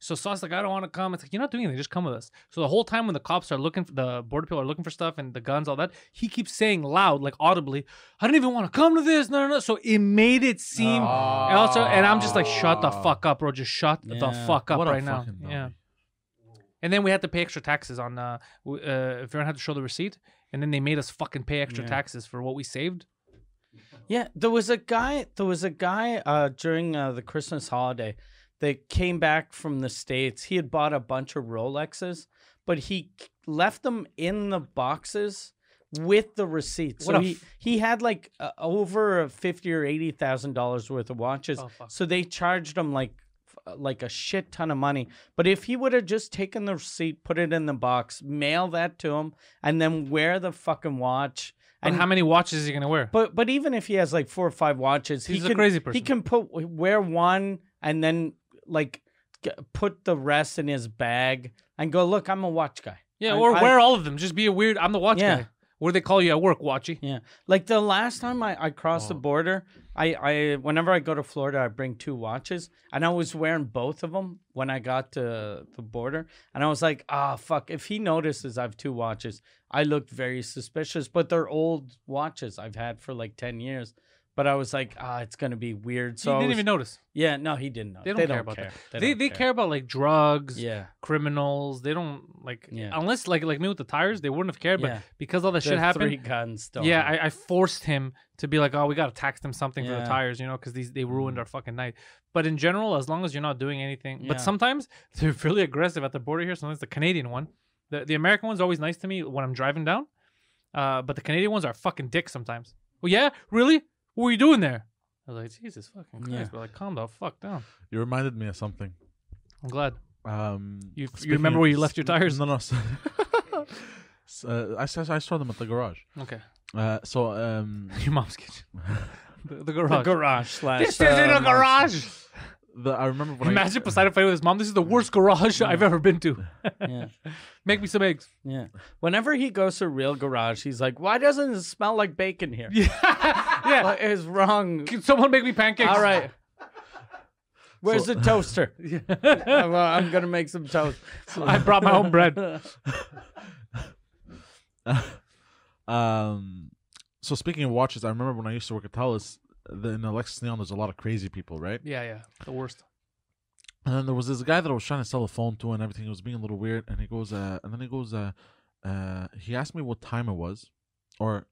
Speaker 1: So Sauce like, I don't want to come. It's like you're not doing anything. Just come with us. So the whole time when the cops are looking, for, the border people are looking for stuff and the guns, all that, he keeps saying loud, like audibly, I don't even want to come to this. No, no, no. So it made it seem. And also, and I'm just like, shut the fuck up, bro. Just shut the
Speaker 2: Yeah.
Speaker 1: fuck up
Speaker 3: What a
Speaker 1: right now.
Speaker 3: fucking
Speaker 1: Yeah.
Speaker 3: dummy.
Speaker 1: And then we had to pay extra taxes on. Uh, w- uh, if everyone had to show the receipt, and then they made us fucking pay extra
Speaker 2: Yeah.
Speaker 1: taxes for what we saved.
Speaker 2: Yeah, there was a guy. There was a guy uh, during uh, the Christmas holiday that came back from the states. He had bought a bunch of Rolexes, but he k- left them in the boxes with the receipts.
Speaker 1: What
Speaker 2: so
Speaker 1: a
Speaker 2: he
Speaker 1: f-
Speaker 2: he had like uh, over fifty or eighty thousand dollars worth of watches.
Speaker 1: Oh, fuck.
Speaker 2: so they charged him like f- like a shit ton of money. But if he would have just taken the receipt, put it in the box, mail that to him, and then wear the fucking watch.
Speaker 1: And
Speaker 2: and
Speaker 1: how many watches is he gonna wear?
Speaker 2: but but even if he has like four or five watches,
Speaker 1: He's
Speaker 2: he
Speaker 1: a
Speaker 2: can,
Speaker 1: crazy person.
Speaker 2: He can put wear one and then like g- put the rest in his bag and go. Look, I'm a watch guy.
Speaker 1: yeah,
Speaker 2: I-
Speaker 1: or
Speaker 2: I-
Speaker 1: wear all of them. Just be a weird. I'm the watch
Speaker 2: Yeah.
Speaker 1: guy. Where they call you at work, watchy.
Speaker 2: Yeah, like the last time I, I crossed the
Speaker 3: Oh.
Speaker 2: border, I, I whenever I go to Florida, I bring two watches, and I was wearing both of them when I got to the border, and I was like, ah, fuck, if he notices I have two watches, I looked very suspicious, but they're old watches I've had for like ten years. But I was like, ah, it's gonna be weird. So
Speaker 1: you
Speaker 2: I
Speaker 1: didn't
Speaker 2: was-
Speaker 1: even notice.
Speaker 2: Yeah, no, he didn't know.
Speaker 1: They don't care about that. They they,
Speaker 2: don't
Speaker 1: care. about like drugs,
Speaker 2: Yeah,
Speaker 1: criminals. They don't like
Speaker 2: Yeah.
Speaker 1: unless like like me with the tires, they wouldn't have cared. But
Speaker 2: Yeah.
Speaker 1: because all that shit
Speaker 2: The
Speaker 1: happened,
Speaker 2: Three guns. Don't
Speaker 1: yeah, I, I forced him to be like, oh, we gotta tax them something for the
Speaker 2: Yeah. Mm.
Speaker 1: tires, you know, because these they ruined our fucking night. But in general, as long as you're not doing anything,
Speaker 2: Yeah.
Speaker 1: but sometimes they're really aggressive at the border here. Sometimes the Canadian one, the the American one's always nice to me when I'm driving down, uh, but the Canadian ones are fucking dicks sometimes. Oh yeah, really? What were you doing there? I was like, Jesus fucking Christ,
Speaker 2: Yeah.
Speaker 1: but like, calm the fuck down.
Speaker 3: You reminded me of something.
Speaker 1: I'm glad.
Speaker 3: Um,
Speaker 1: You- you
Speaker 3: speaking
Speaker 1: remember
Speaker 3: of-
Speaker 1: where you left your tires?
Speaker 3: No, no. So, so, uh, I, saw- I saw them at the garage.
Speaker 1: Okay,
Speaker 3: Uh, so um,
Speaker 1: your mom's kitchen, the, the
Speaker 2: The
Speaker 1: garage.
Speaker 2: garage slash.
Speaker 1: this isn't
Speaker 2: uh,
Speaker 1: a garage.
Speaker 3: the, I remember when
Speaker 1: Imagine Poseidon fighting with his mom. This is the worst garage I've ever been to.
Speaker 2: Yeah.
Speaker 1: Make me some eggs.
Speaker 2: Yeah. Whenever he goes to real garage, he's like, "Why doesn't it smell like bacon here?
Speaker 1: Yeah. yeah.
Speaker 2: What is wrong?
Speaker 1: Can someone make me pancakes?
Speaker 2: All right. Where's the toaster? I'm, uh, I'm gonna make some toast.
Speaker 1: I brought my own bread.
Speaker 3: I, um, so speaking of watches, I remember when I used to work at Talis. The, in Alexis Neon, there's a lot of crazy people, right?
Speaker 1: Yeah, yeah. The worst.
Speaker 3: And then there was this guy that I was trying to sell a phone to and everything. It was being a little weird. And he goes, uh, and then he goes, uh, uh, he asked me what time it was or,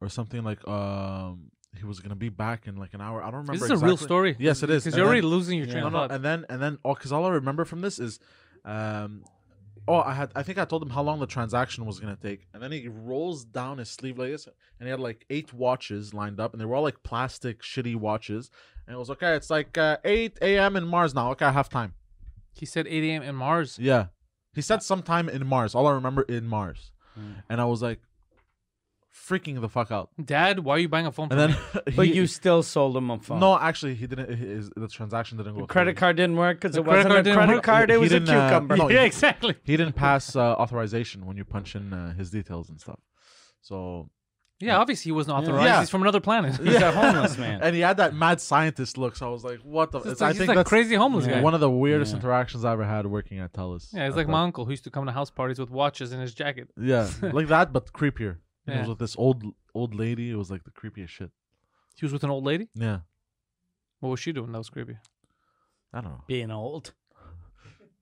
Speaker 3: or something like, um, he was going to be back in like an hour. I don't remember.
Speaker 1: Is this a real
Speaker 3: exactly.
Speaker 1: story?
Speaker 3: Yes, it is.
Speaker 1: Because
Speaker 3: And
Speaker 1: you're
Speaker 3: then-
Speaker 1: already losing your
Speaker 2: Yeah.
Speaker 1: train
Speaker 3: no,
Speaker 1: of
Speaker 3: no,
Speaker 1: thought.
Speaker 3: and then and then oh, because all I remember from this is, um, oh, I had I think I told him how long the transaction was gonna take, and then he rolls down his sleeve like this, and he had like eight watches lined up, and they were all like plastic shitty watches, and it was okay. It's like uh, eight a.m. in Mars now. Okay, I have time.
Speaker 1: He said 8 a.m. in Mars.
Speaker 3: Yeah, he said sometime in Mars. All I remember in Mars,
Speaker 2: Mm.
Speaker 3: and I was like, freaking the fuck out.
Speaker 1: Dad, why are you buying a phone?
Speaker 3: And
Speaker 1: for
Speaker 3: then,
Speaker 2: But
Speaker 3: he-
Speaker 2: you still sold him a phone.
Speaker 3: no, actually, he didn't. His, the transaction didn't go.
Speaker 2: Your credit
Speaker 3: through.
Speaker 2: card didn't work because
Speaker 1: The
Speaker 2: it
Speaker 1: credit
Speaker 2: wasn't
Speaker 1: card
Speaker 2: a
Speaker 1: didn't
Speaker 2: credit
Speaker 1: work.
Speaker 2: card. It
Speaker 3: He
Speaker 2: was a
Speaker 3: didn't, uh,
Speaker 2: cucumber.
Speaker 3: no,
Speaker 1: me? yeah, exactly.
Speaker 3: he didn't pass uh, authorization when you punch in uh, his details and stuff. So
Speaker 1: Yeah, obviously he wasn't
Speaker 2: Yeah.
Speaker 1: authorized.
Speaker 3: Yeah.
Speaker 1: He's from another planet.
Speaker 2: He's a homeless man.
Speaker 3: and he had that mad scientist look. So I was like, "What the?"
Speaker 1: He's
Speaker 3: It's,
Speaker 1: like,
Speaker 3: I
Speaker 1: he's
Speaker 3: think
Speaker 1: like
Speaker 3: that's
Speaker 1: crazy homeless
Speaker 2: Yeah.
Speaker 1: guy.
Speaker 3: one of the weirdest
Speaker 2: Yeah.
Speaker 3: interactions I ever had working at Telus.
Speaker 1: Yeah, it's
Speaker 3: At
Speaker 1: like
Speaker 3: the-
Speaker 1: my uncle who used to come to house parties with watches in his jacket.
Speaker 3: Yeah, like that, but creepier. And It
Speaker 1: Yeah.
Speaker 3: was with this old old lady. It was like the creepiest shit.
Speaker 1: He was with an old lady.
Speaker 3: Yeah,
Speaker 1: What was she doing? That was creepy.
Speaker 3: I don't know.
Speaker 2: Being old.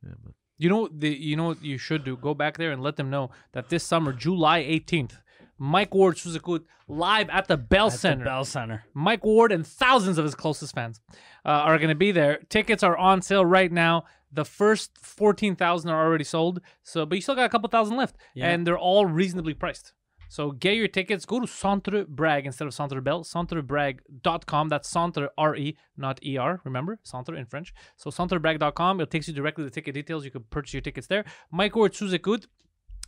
Speaker 3: Yeah, but
Speaker 1: You know the you know what you should do? Go back there and let them know that this summer, July 18th, Mike Ward Suzukut live at the Bell
Speaker 2: At the
Speaker 1: Center.
Speaker 2: Bell Center.
Speaker 1: Mike Ward and thousands of his closest fans uh, are going to be there. Tickets are on sale right now. The first 14,000 are already sold. So, but you still got a couple thousand left
Speaker 2: Yeah.
Speaker 1: and they're all reasonably priced. So get your tickets. Go to Centre Brag instead of Centre Bell. CentreBrag.com. That's Centre R E, not E R. Remember Centre in French. So CentreBrag.com. It takes you directly to ticket details. You can purchase your tickets there. Mike Ward Suzekut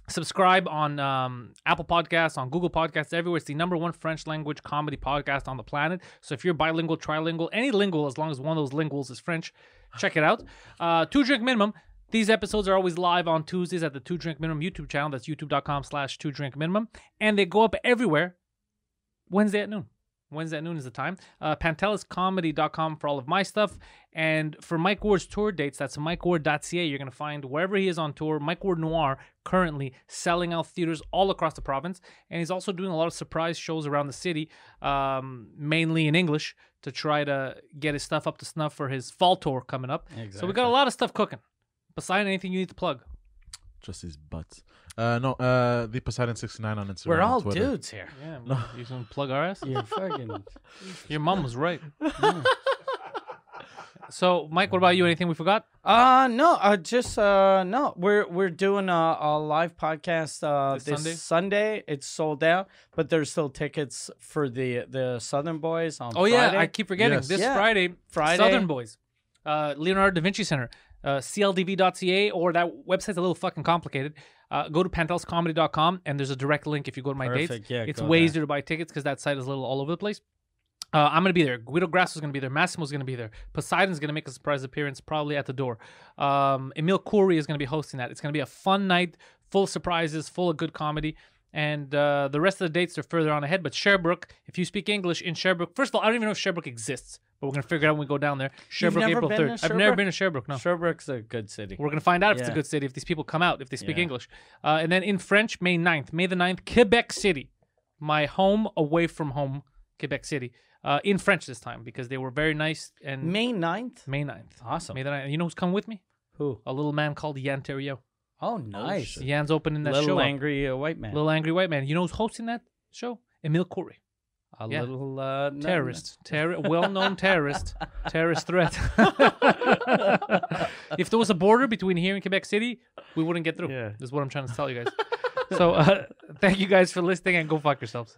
Speaker 1: Subscribe on um, Apple Podcasts, on Google Podcasts, everywhere. It's the number one French language comedy podcast on the planet. So if you're bilingual, trilingual, any lingual, as long as one of those linguals is French, check it out. Uh, two drink minimum. These episodes are always live on Tuesdays at the Two Drink Minimum YouTube channel. That's youtube.com slash two drink minimum. And they go up everywhere Wednesday at noon. Wednesday at noon is the time. Uh, PantelisComedy.com for all of my stuff. And for Mike Ward's tour dates, that's MikeWard.ca. You're going to find wherever he is on tour, Mike Ward Noir currently selling out theaters all across the province. And he's also doing a lot of surprise shows around the city, um, mainly in English, to try to get his stuff up to snuff for his fall tour coming up. So we got a lot of stuff cooking. Besides anything you need to plug.
Speaker 3: Just his butts. Uh, no, uh, the Poseidon sixty nine on Instagram.
Speaker 2: We're all
Speaker 3: Twitter.
Speaker 2: dudes here.
Speaker 1: Yeah, you can plug our ass.
Speaker 4: You fucking.
Speaker 1: Your mom was right. so, Mike, what about you? Anything we forgot?
Speaker 2: Uh no, uh just uh no. We're we're doing a, a live podcast uh
Speaker 1: This
Speaker 2: this,
Speaker 1: Sunday?
Speaker 2: Sunday? It's sold out, but there's still tickets for the the Southern Boys on
Speaker 1: Oh yeah, I
Speaker 2: Friday.
Speaker 1: keep forgetting.
Speaker 3: Yes.
Speaker 1: This
Speaker 2: Yeah.
Speaker 1: Friday,
Speaker 2: Friday.
Speaker 1: Southern Boys, uh, Leonardo da Vinci Center, uh, cldv.ca, or that website's a little fucking complicated. Uh, go to pantelscomedy.com and there's a direct link if you go to my dates.
Speaker 4: Perfect, yeah,
Speaker 1: it's
Speaker 4: go
Speaker 1: way
Speaker 4: there.
Speaker 1: easier to buy tickets because that site is a little all over the place. Uh, I'm gonna be there. Guido Grasso's gonna be there. Massimo's gonna be there. Poseidon's gonna make a surprise appearance probably at the door. Um, Emil Khoury is gonna be hosting that. It's gonna be a fun night, full of surprises, full of good comedy. And uh, the rest of the dates are further on ahead. But Sherbrooke, if you speak English in Sherbrooke, first of all, I don't even know if Sherbrooke exists, but we're gonna figure it out when we go down there. Sherbrooke,
Speaker 2: never
Speaker 1: April
Speaker 2: been
Speaker 1: third.
Speaker 2: to
Speaker 1: I've never
Speaker 2: Sherbrooke?
Speaker 1: been to Sherbrooke. No,
Speaker 2: Sherbrooke's a good city.
Speaker 1: we're gonna find out if it's a
Speaker 2: Yeah.
Speaker 1: good city if these people come out if they speak
Speaker 2: Yeah.
Speaker 1: English. Uh, and then in French, May 9th, May the 9th, Quebec City, my home away from home, Quebec City, uh, in French this time because they were very nice and
Speaker 2: May 9th?
Speaker 1: May 9th.
Speaker 2: Awesome.
Speaker 1: May the 9th. You know who's coming with me?
Speaker 2: Who?
Speaker 1: A little man called Yan Terrio.
Speaker 2: Oh nice.
Speaker 3: shit.
Speaker 1: Yan's opening that
Speaker 2: little
Speaker 1: show. up.
Speaker 2: angry uh, white man.
Speaker 1: Little angry white man. You know who's hosting that show? Emil Corey.
Speaker 2: a
Speaker 1: yeah.
Speaker 2: little uh no-
Speaker 1: terrorist, terror, well-known terrorist, terrorist threat. if there was a border between here and Quebec City, we wouldn't get through.
Speaker 2: Yeah.
Speaker 1: This is what I'm trying to tell you guys. so uh, thank you guys for listening, and go fuck yourselves.